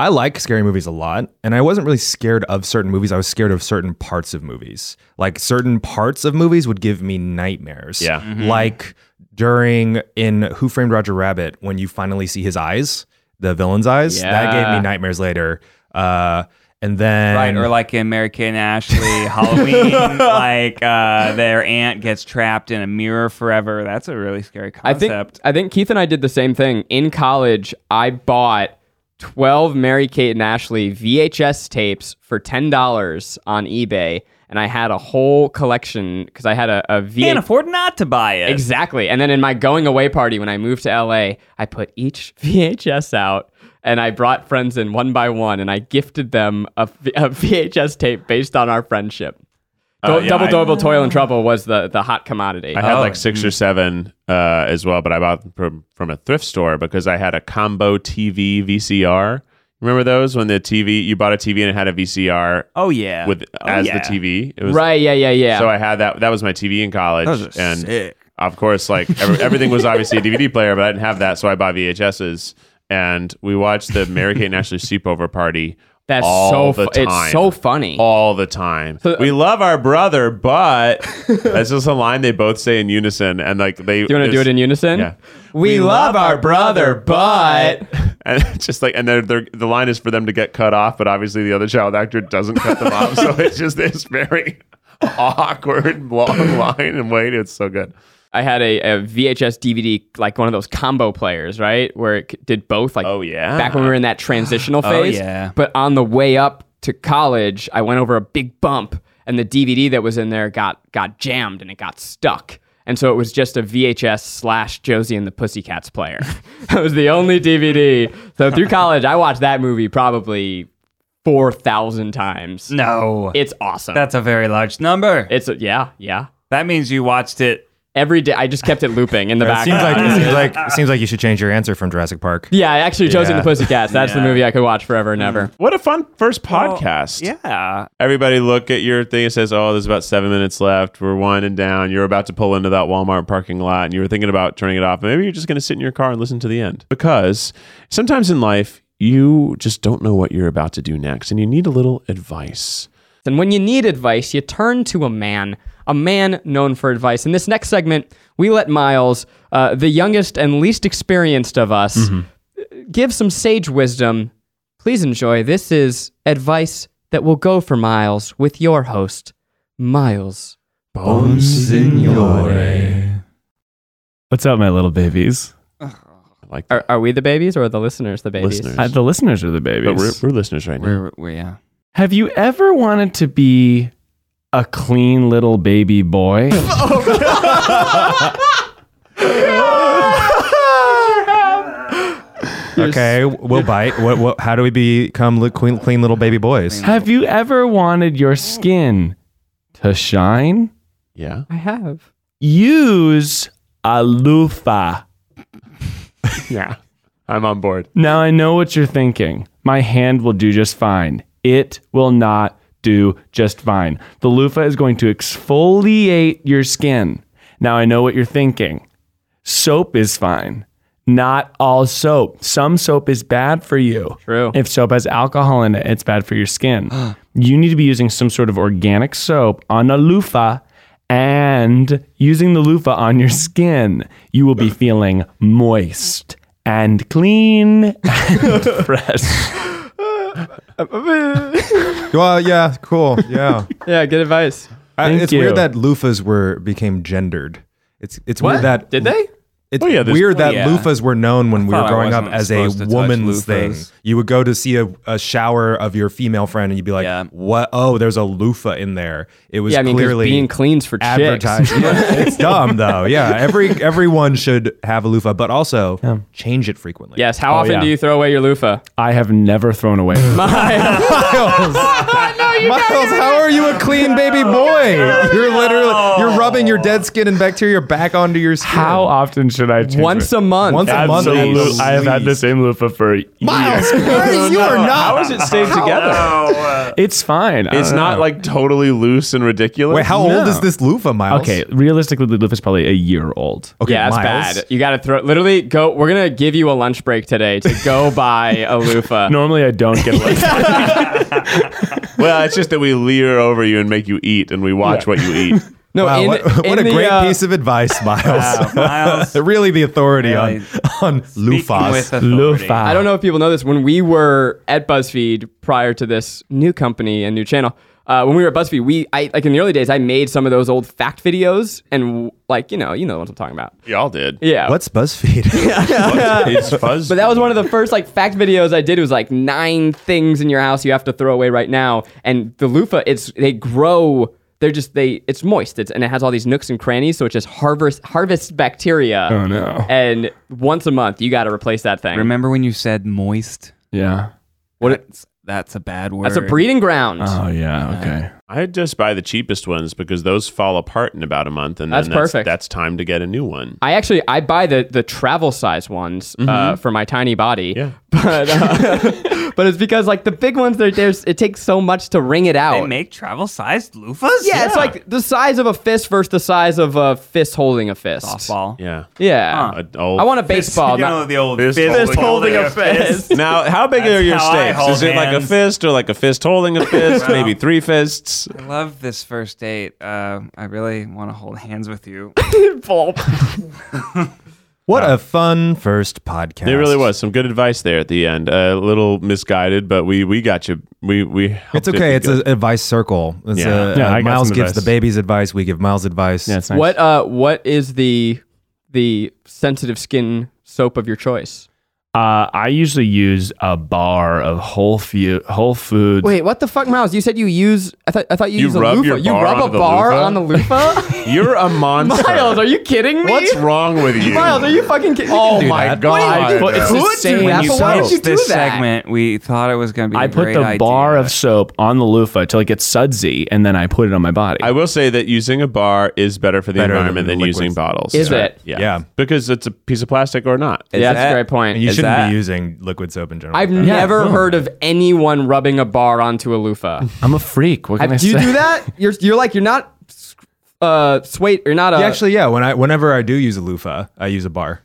Speaker 4: I like scary movies a lot, and I wasn't really scared of certain movies. I was scared of certain parts of movies. Like certain parts of movies would give me nightmares.
Speaker 2: Yeah.
Speaker 4: Like during in Who Framed Roger Rabbit when you finally see his eyes, the villain's eyes. That gave
Speaker 1: Yeah.
Speaker 4: me nightmares later. Uh, and then
Speaker 3: Right, or like in Mary Kay and Ashley Halloween, like uh, their aunt gets trapped in a mirror forever. That's a really scary
Speaker 1: I think
Speaker 3: concept.
Speaker 1: I think Keith and I did the same thing in college. I bought twelve Mary Kate and Ashley VHS tapes for ten dollars on eBay, and I had a whole collection because I had a, a VHS.
Speaker 3: Can't afford not to buy it.
Speaker 1: Exactly. And then in my going away party when I moved to LA, I put each VHS out and I brought friends in one by one and I gifted them a, v- a VHS tape based on our friendship. Do-
Speaker 2: Uh, yeah,
Speaker 1: double
Speaker 2: I-
Speaker 1: Double Toil and Trouble was the, the hot commodity.
Speaker 2: I had like six or seven uh, as well, but I bought them from, from a thrift store because I had a combo TV VCR. Remember those when the TV you bought a TV and it had a VCR
Speaker 3: Oh yeah.
Speaker 2: with
Speaker 3: Oh,
Speaker 2: as
Speaker 3: yeah.
Speaker 2: the TV. It was
Speaker 1: right. Yeah. Yeah. Yeah.
Speaker 2: So I had that. That was my TV in college,
Speaker 3: Those are
Speaker 2: and
Speaker 3: sick.
Speaker 2: of course, like every, everything was obviously a DVD player, but I didn't have that, so I bought VHSs. And we watched the Mary Kate and Ashley sleepover party.
Speaker 1: That's
Speaker 2: all
Speaker 1: so
Speaker 2: the
Speaker 1: fu- it's
Speaker 2: time.
Speaker 1: so funny. uh,
Speaker 2: all the time. we love our brother, but that's just a line they both say in unison, and like they.
Speaker 1: do you want to do it in unison?
Speaker 2: Yeah.
Speaker 1: We, love, our brother, but
Speaker 2: And it's just like, and they're, they're, the line is for them to get cut off, but obviously the other child actor doesn't cut them off. So it's just this very awkward long line and wait. It's so good.
Speaker 1: I had a, a VHS DVD, like one of those combo players, right? Where it c- did both, like
Speaker 2: Oh, yeah.
Speaker 1: back when we were in that transitional phase.
Speaker 3: yeah.
Speaker 1: But on the way up to college, I went over a big bump, and the DVD that was in there got got jammed and it got stuck. And so it was just a VHS slash Josie and the Pussycats player. that was the only DVD. So through college, I watched that movie probably 4,000 times.
Speaker 3: No.
Speaker 1: It's awesome.
Speaker 3: That's a very large number.
Speaker 1: it's, yeah, yeah.
Speaker 3: That means you watched it.
Speaker 1: Every day, I just kept it looping in the
Speaker 4: It
Speaker 1: back.
Speaker 4: seems like it seems like it seems like you should change your answer from Jurassic Park.
Speaker 1: yeah, actually, Josie and the
Speaker 4: Yeah. Mm.
Speaker 1: Pussycats. That's the movie I could watch forever and ever.
Speaker 2: What a fun first podcast.
Speaker 3: Yeah.
Speaker 2: Everybody look at your thing. It says, oh, there's about seven minutes left. We're winding down. You're about to pull into that Walmart parking lot and you were thinking about turning it off. Maybe you're just going to sit in your car and listen to the end. Because sometimes in life, you just don't know what you're about to do next and you need a little advice.
Speaker 1: And when you need advice, you turn to a man, a man known for advice. In this next segment, we let Miles, uh, the youngest and least experienced of us,
Speaker 4: Mm-hmm.
Speaker 1: give some sage wisdom. Please enjoy. This is advice that will go for Miles with your host, Miles.
Speaker 5: What's up, my little babies?
Speaker 2: I like
Speaker 1: Are, are we the babies or are the listeners the babies?
Speaker 2: Listeners.
Speaker 5: Uh, the listeners are the babies.
Speaker 2: But we're, we're listeners right now.
Speaker 3: We're, we're, yeah.
Speaker 5: Have you ever wanted to be a clean little baby boy?
Speaker 4: Okay, we'll bite. What, what, how do we become li- clean, clean little baby boys?
Speaker 5: Have you ever wanted your skin to shine?
Speaker 2: Yeah.
Speaker 1: I have.
Speaker 5: Use a loofah.
Speaker 2: Yeah. I'm on board.
Speaker 5: Now I know what you're thinking. My hand will do just fine. It will not do just fine. The loofah is going to exfoliate your skin. Now I know what you're thinking. Soap is fine. Not all soap. Some soap is bad for you.
Speaker 1: True.
Speaker 5: If soap has alcohol in it, it's bad for your skin. you need to be using some sort of organic soap on a loofah and using the loofah on your skin. You will be feeling moist and clean and fresh.
Speaker 4: Well, yeah, cool, yeah.
Speaker 1: Yeah, good advice.
Speaker 4: I-
Speaker 5: Thank
Speaker 4: it's
Speaker 5: you.
Speaker 4: weird that loofahs were became gendered. It's it's
Speaker 1: What?
Speaker 4: weird that
Speaker 1: Did they?
Speaker 4: It's
Speaker 2: Oh, yeah, there's-
Speaker 4: weird that
Speaker 3: yeah.
Speaker 4: loofahs were known when we
Speaker 3: thought
Speaker 4: were
Speaker 3: I
Speaker 4: growing up
Speaker 3: wasn't
Speaker 4: as a
Speaker 3: supposed to touch
Speaker 4: woman's thing.
Speaker 3: loofahs.
Speaker 4: You would go to see a, a shower of your female friend, and you'd be like,
Speaker 3: Yeah.
Speaker 4: "What? Oh, there's a loofah in there." It was
Speaker 1: Yeah, I mean, 'cause
Speaker 4: clearly
Speaker 1: being clean's for chicks.
Speaker 4: advertised. Yeah, it's dumb though. Yeah, every everyone should have a loofah, but also change it frequently.
Speaker 1: Yes. How
Speaker 5: Oh,
Speaker 1: often
Speaker 5: yeah.
Speaker 1: do you throw away your loofah?
Speaker 5: I have never thrown away.
Speaker 4: Miles. Miles, how are you a clean baby boy? You're literally you're rubbing your dead skin and bacteria back onto your skin.
Speaker 5: How often should I change
Speaker 1: Once
Speaker 5: it?
Speaker 1: a month.
Speaker 4: Once a month,
Speaker 5: Absolutely.
Speaker 4: please.
Speaker 5: I have had the same loofah for
Speaker 4: Miles,
Speaker 5: years.
Speaker 4: Curtis, you are not.
Speaker 2: How is it stayed together?
Speaker 5: It's fine. Uh, I
Speaker 2: It's
Speaker 5: don't
Speaker 2: not
Speaker 5: know.
Speaker 2: like totally loose and ridiculous.
Speaker 4: Wait, how old is this loofah, Miles?
Speaker 5: uh, Okay, realistically, the loofah's probably a year old.
Speaker 4: Okay,
Speaker 1: yeah, that's
Speaker 4: Miles.
Speaker 1: bad. You got to throw. Literally, go. We're gonna give you a lunch break today to go buy a loofah.
Speaker 5: Normally, I don't get a loofah.
Speaker 2: Well, it's just that we leer over you and make you eat and we watch what you eat.
Speaker 1: No,
Speaker 4: Wow,
Speaker 1: in-
Speaker 4: what, what
Speaker 1: in
Speaker 4: a
Speaker 1: the,
Speaker 4: great
Speaker 1: uh,
Speaker 4: piece of advice, Miles.
Speaker 3: Uh, Miles.
Speaker 4: really the authority
Speaker 3: Really.
Speaker 4: on, on
Speaker 3: Speaking with
Speaker 4: loofahs.
Speaker 3: authority.
Speaker 5: loofah.
Speaker 1: I don't know if people know this. When we were at BuzzFeed prior to this new company and new channel, uh, when we were at BuzzFeed, we I like in the early days, I made some of those old fact videos and like you know you know what I'm talking about.
Speaker 2: Y'all did.
Speaker 1: Yeah.
Speaker 4: What's BuzzFeed?
Speaker 2: It's fuzz.
Speaker 1: But that was one of the first like fact videos I did. It was like nine things in your house you have to throw away right now. And the loofah, it's they grow. They're just they. It's moist. It's and it has all these nooks and crannies, so it just harvests harvests bacteria.
Speaker 5: Oh, no.
Speaker 1: And once a month, you got to replace that thing.
Speaker 3: Remember when you said moist?
Speaker 5: Yeah.
Speaker 3: That's, that's a bad word.
Speaker 1: That's a breeding ground.
Speaker 5: Oh, yeah. Okay.
Speaker 2: I just buy the cheapest ones because those fall apart in about a month, and then
Speaker 1: That's
Speaker 2: that's
Speaker 1: perfect.
Speaker 2: That's time to get a new one.
Speaker 1: I actually I buy the the travel size ones uh,
Speaker 3: Mm-hmm.
Speaker 1: for my tiny body.
Speaker 2: Yeah.
Speaker 1: But uh, but it's because like the big ones, they're, there's it takes so much to wring it out.
Speaker 3: They make travel sized loofahs?
Speaker 1: yeah, it's like the size of a fist versus the size of a fist holding a fist.
Speaker 3: softball.
Speaker 2: Yeah.
Speaker 1: Yeah.
Speaker 2: A- old-
Speaker 1: I want a baseball.
Speaker 3: you
Speaker 1: not-
Speaker 3: know, the old
Speaker 2: Fist
Speaker 3: fist,
Speaker 2: holding-
Speaker 3: holding a fist.
Speaker 2: Now, how big
Speaker 3: That's
Speaker 2: are your
Speaker 3: how I
Speaker 2: stakes?
Speaker 3: hold
Speaker 2: Is it like a
Speaker 3: hands.
Speaker 2: fist or like a fist holding a fist? Maybe three fists?
Speaker 3: I love this first date. Uh, I really want to hold hands with you.
Speaker 4: what a fun first podcast.
Speaker 2: It really was some good advice there at the end. A little misguided, but we we got you. We we. helped
Speaker 4: It's
Speaker 2: it
Speaker 4: okay.
Speaker 2: be
Speaker 4: It's
Speaker 2: good.
Speaker 4: an advice circle. It's
Speaker 2: Yeah.
Speaker 4: a,
Speaker 5: Yeah,
Speaker 4: uh,
Speaker 5: I got
Speaker 4: Miles
Speaker 5: some
Speaker 4: gives
Speaker 5: advice.
Speaker 4: the babies advice. We give Miles advice.
Speaker 5: Yeah, it's nice.
Speaker 1: What uh what is the the sensitive skin soap of your choice?
Speaker 5: Uh, I usually use a bar of Whole, Fu- Whole Foods.
Speaker 1: Wait, what the fuck, Miles? You said you use. I thought I thought you,
Speaker 2: You
Speaker 1: use a
Speaker 2: rub
Speaker 1: loofah.
Speaker 2: your
Speaker 1: You
Speaker 2: bar
Speaker 1: rub a
Speaker 2: onto the
Speaker 1: bar
Speaker 2: loofah?
Speaker 1: on the loofah.
Speaker 2: You're a monster.
Speaker 1: Miles, are you kidding me?
Speaker 2: What's wrong with you?
Speaker 1: Miles, are you fucking kidding? You
Speaker 2: Oh
Speaker 1: can do
Speaker 2: my
Speaker 1: that.
Speaker 2: god!
Speaker 5: What do you do? It's
Speaker 1: Could
Speaker 5: the
Speaker 1: do
Speaker 5: same
Speaker 1: that,
Speaker 5: you
Speaker 1: but why would
Speaker 5: said.
Speaker 1: you do
Speaker 3: this
Speaker 1: that?
Speaker 3: segment, we thought it was going to be.
Speaker 5: I
Speaker 3: a
Speaker 5: put
Speaker 3: great
Speaker 5: the
Speaker 3: idea.
Speaker 5: bar of soap on the loofah till it gets sudsy, and then I put it on my body.
Speaker 2: I will say that using a bar is better for the
Speaker 4: Better than
Speaker 2: environment than,
Speaker 4: liquids.
Speaker 2: using bottles.
Speaker 1: Is it?
Speaker 2: Yeah.
Speaker 4: Yeah.
Speaker 2: Because it's a piece of plastic or not.
Speaker 1: Yeah, that's
Speaker 3: that-
Speaker 1: a great point.
Speaker 4: And you
Speaker 1: Is
Speaker 4: shouldn't
Speaker 1: that-
Speaker 4: be using liquid soap in general.
Speaker 1: I've never heard of anyone rubbing a bar onto a loofah.
Speaker 5: I'm a freak. What can I,
Speaker 1: do you
Speaker 5: say?
Speaker 1: do that? You're you're like you're not uh sway you're not a
Speaker 4: Yeah, actually, yeah. When I whenever I do use a loofah, I use a bar.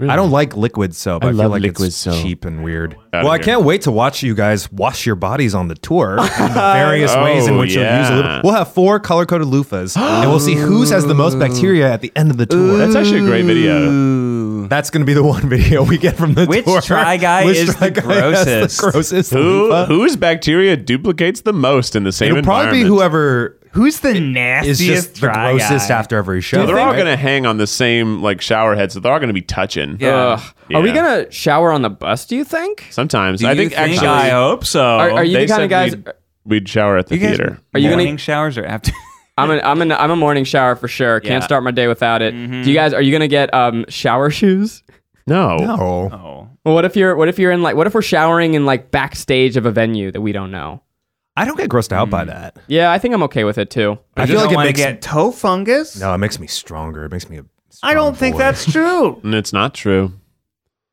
Speaker 4: I don't like liquid soap.
Speaker 2: I
Speaker 4: I,
Speaker 2: love
Speaker 4: feel like
Speaker 2: liquid
Speaker 4: it's
Speaker 2: soap.
Speaker 4: cheap and weird.
Speaker 2: Outta
Speaker 4: well, I
Speaker 2: here.
Speaker 4: can't wait to watch you guys wash your bodies on the tour and the various ways in
Speaker 2: Oh,
Speaker 4: which you'll use a
Speaker 2: yeah.
Speaker 4: loofah. We'll have four color coded loofahs, and we'll see whose has the most bacteria at the end of the tour.
Speaker 2: That's actually a great video.
Speaker 3: Ooh.
Speaker 4: That's going to be the one video we get from the
Speaker 3: Which
Speaker 4: tour.
Speaker 3: Try Guy
Speaker 4: Which
Speaker 3: is
Speaker 4: Try
Speaker 3: the
Speaker 4: Guy has
Speaker 3: grossest?
Speaker 4: The grossest
Speaker 2: Who
Speaker 4: loofah?
Speaker 2: whose bacteria duplicates the most in the same
Speaker 4: It'll probably be
Speaker 2: environment?
Speaker 4: whoever
Speaker 3: Who's the
Speaker 4: is
Speaker 3: nastiest
Speaker 4: just the
Speaker 3: dry
Speaker 4: grossest
Speaker 3: guy?
Speaker 4: after every show.
Speaker 2: So they're all
Speaker 4: right?
Speaker 2: going to hang on the same like shower head, so they're all going to be touching.
Speaker 3: Yeah.
Speaker 1: Ugh. uh, Are we
Speaker 2: Yeah.
Speaker 1: gonna shower on the bus? Do you think?
Speaker 2: Sometimes
Speaker 3: Do
Speaker 2: I
Speaker 3: you
Speaker 2: think, actually.
Speaker 3: I hope so.
Speaker 1: Are- are you-
Speaker 2: they
Speaker 1: the kind of
Speaker 2: said
Speaker 1: guys-
Speaker 2: we'd, we'd shower at the
Speaker 3: You guys-
Speaker 2: theater.
Speaker 1: Are you gonna-
Speaker 3: morning showers or after?
Speaker 1: I'm an, I'm an, I'm a morning shower for sure. Can't
Speaker 3: Yeah.
Speaker 1: start my day without it. Do you guys are you gonna get um shower shoes?
Speaker 2: No.
Speaker 4: No.
Speaker 3: oh,
Speaker 1: Well, what if you're what if you're in like what if we're showering in like backstage of a venue that we don't know?
Speaker 4: I don't get grossed out by that.
Speaker 1: Yeah, I think I'm okay with it too.
Speaker 4: I,
Speaker 3: You Hmm.
Speaker 4: feel
Speaker 3: don't
Speaker 4: like it
Speaker 3: wanna
Speaker 4: makes
Speaker 3: get toe fungus.
Speaker 4: no, it makes me stronger. It makes me. A
Speaker 3: I don't think
Speaker 4: that's.
Speaker 3: that's true.
Speaker 2: And it's not true.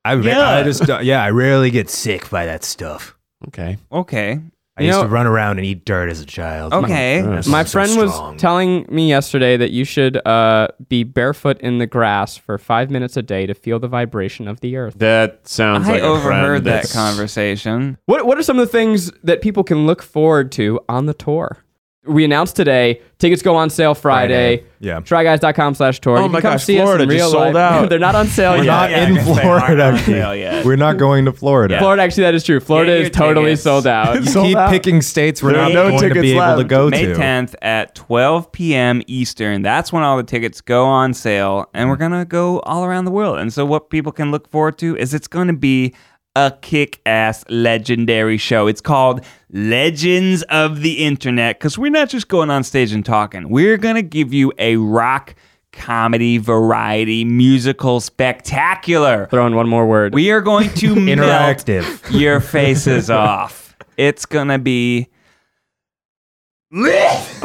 Speaker 4: I, ra-
Speaker 3: Yeah.
Speaker 4: I just don't- yeah, I rarely get sick by that stuff.
Speaker 2: Okay.
Speaker 3: Okay,
Speaker 4: I
Speaker 1: You
Speaker 4: used
Speaker 1: know-
Speaker 4: to run around and eat dirt as a child.
Speaker 3: okay.
Speaker 2: Gross.
Speaker 1: My
Speaker 4: so
Speaker 1: friend was
Speaker 4: strong.
Speaker 1: telling me yesterday that you should uh, be barefoot in the grass for five minutes a day to feel the vibration of the earth.
Speaker 2: That sounds
Speaker 3: I
Speaker 2: like a friend
Speaker 3: overheard that
Speaker 2: that's-
Speaker 3: conversation.
Speaker 1: What What are some of the things that people can look forward to on the tour? We announced today tickets go on sale Friday.
Speaker 4: Friday. Yeah.
Speaker 1: Tryguys.com slash tour.
Speaker 2: Oh
Speaker 1: you can
Speaker 2: my
Speaker 1: come
Speaker 2: gosh,
Speaker 1: see us in
Speaker 2: Florida just
Speaker 1: real
Speaker 2: sold
Speaker 1: life.
Speaker 2: out.
Speaker 1: They're not on sale
Speaker 4: We're
Speaker 1: yet.
Speaker 4: not
Speaker 3: Yeah, I
Speaker 4: in
Speaker 3: guess they aren't on sale
Speaker 4: Florida.
Speaker 3: yet.
Speaker 4: We're not going to Florida.
Speaker 1: Florida, actually, that is true. Florida
Speaker 3: Get your
Speaker 1: is totally
Speaker 3: tickets.
Speaker 1: sold out.
Speaker 4: Uh, You keep picking states we're
Speaker 2: There are
Speaker 4: not
Speaker 2: no
Speaker 4: going to
Speaker 2: tickets
Speaker 4: be able to
Speaker 2: left.
Speaker 4: go
Speaker 3: May
Speaker 4: to.
Speaker 3: 10th at 12 p.m. Eastern. That's when all the tickets go on sale, and we're gonna go all around the world. And so, what people can look forward to is it's gonna be a kick-ass legendary show. It's called Legends of the Internet because we're not just going on stage and talking. We're gonna give you a rock comedy variety musical spectacular.
Speaker 1: Throw in one more word.
Speaker 3: We are going to melt
Speaker 4: Interactive.
Speaker 3: your faces off. It's gonna be
Speaker 2: Oh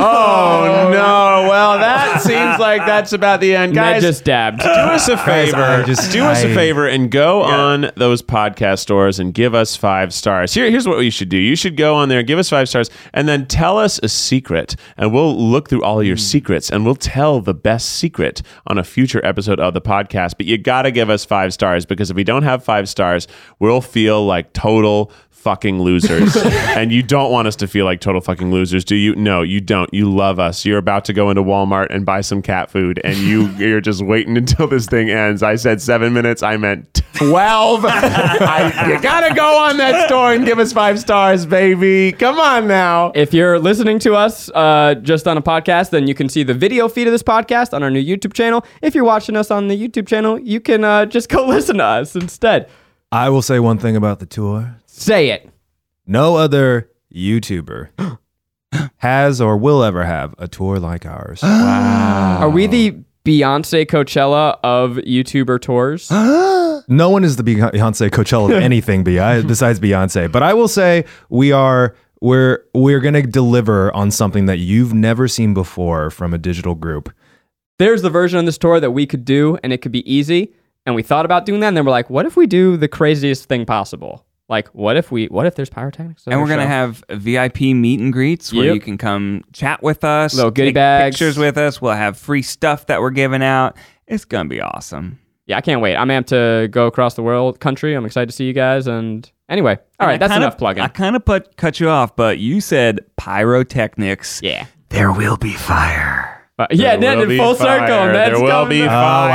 Speaker 2: no! Well, that seems like that's about the end,
Speaker 1: Ned
Speaker 2: guys.
Speaker 1: just dabbed.
Speaker 2: do us a
Speaker 4: Guys,
Speaker 2: favor.
Speaker 4: I just-
Speaker 2: do us a
Speaker 4: I-
Speaker 2: favor and go on those podcast stores and give us five stars. Here, here's what you should do. You should go on there, give us five stars, and then tell us a secret, and we'll look through all
Speaker 4: Hmm.
Speaker 2: your secrets, and we'll tell the best secret on a future episode of the podcast. But you gotta give us five stars because if we don't have five stars, we'll feel like total. Fucking losers. and you don't want us to feel like total fucking losers, do you? No, you don't. You love us. You're about to go into Walmart and buy some cat food, and you, you're just waiting until this thing ends. I said seven minutes. I meant 12. I, you gotta go on that store and give us five stars, baby. Come on now.
Speaker 1: If you're listening to us uh, just on a podcast, then you can see the video feed of this podcast on our new YouTube channel. If you're watching us on the YouTube channel, you can uh, just go listen to us instead.
Speaker 4: I will say one thing about the tour.
Speaker 1: Say it.
Speaker 4: No other YouTuber has or will ever have a tour like ours.
Speaker 1: Are we the Beyonce Coachella of YouTuber tours?
Speaker 4: No one is the Beyonce Coachella of anything be- uh, besides Beyonce. But I will say we are we're we're gonna deliver on something that you've never seen before from a digital group.
Speaker 1: There's the version on this tour that we could do and it could be easy. And we thought about doing that and then we're like, what if we do the craziest thing possible? Like, what if we, what if there's pyrotechnics? on
Speaker 3: And
Speaker 1: our
Speaker 3: we're gonna
Speaker 1: show?
Speaker 3: have VIP meet and greets where
Speaker 1: Yep.
Speaker 3: you can come chat with us,
Speaker 1: Little goodie
Speaker 3: take
Speaker 1: bags.
Speaker 3: pictures with us. We'll have free stuff that we're giving out. It's gonna be awesome.
Speaker 1: Yeah, I can't wait. I'm amped to go across the world, country. I'm excited to see you guys. And anyway, all right,
Speaker 3: And I
Speaker 1: that's
Speaker 3: kinda-
Speaker 1: enough plugging.
Speaker 3: I kind of put cut you off, but you said pyrotechnics.
Speaker 1: yeah.
Speaker 3: There will be fire.
Speaker 1: But yeah, Ned
Speaker 2: There will
Speaker 1: in
Speaker 2: be
Speaker 1: full circle.
Speaker 2: fire.
Speaker 1: Ned's
Speaker 2: There will
Speaker 1: coming
Speaker 2: be
Speaker 1: back.
Speaker 2: fire,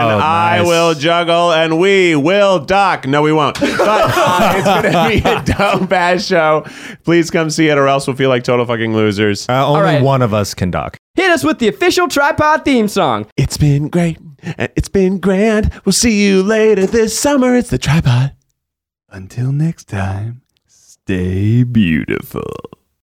Speaker 2: and
Speaker 4: wow.
Speaker 2: I
Speaker 4: Nice.
Speaker 2: will juggle, and we will dock. No, we won't. But uh, it's gonna be a dumb bad show. Please come see it, or else we'll feel like total fucking losers.
Speaker 4: Uh, only
Speaker 1: right.
Speaker 4: one of us can dock.
Speaker 1: Hit us with the official tripod theme song.
Speaker 2: It's been great. and It's been grand. We'll see you later this summer. It's the tripod.
Speaker 4: Until next time, stay beautiful.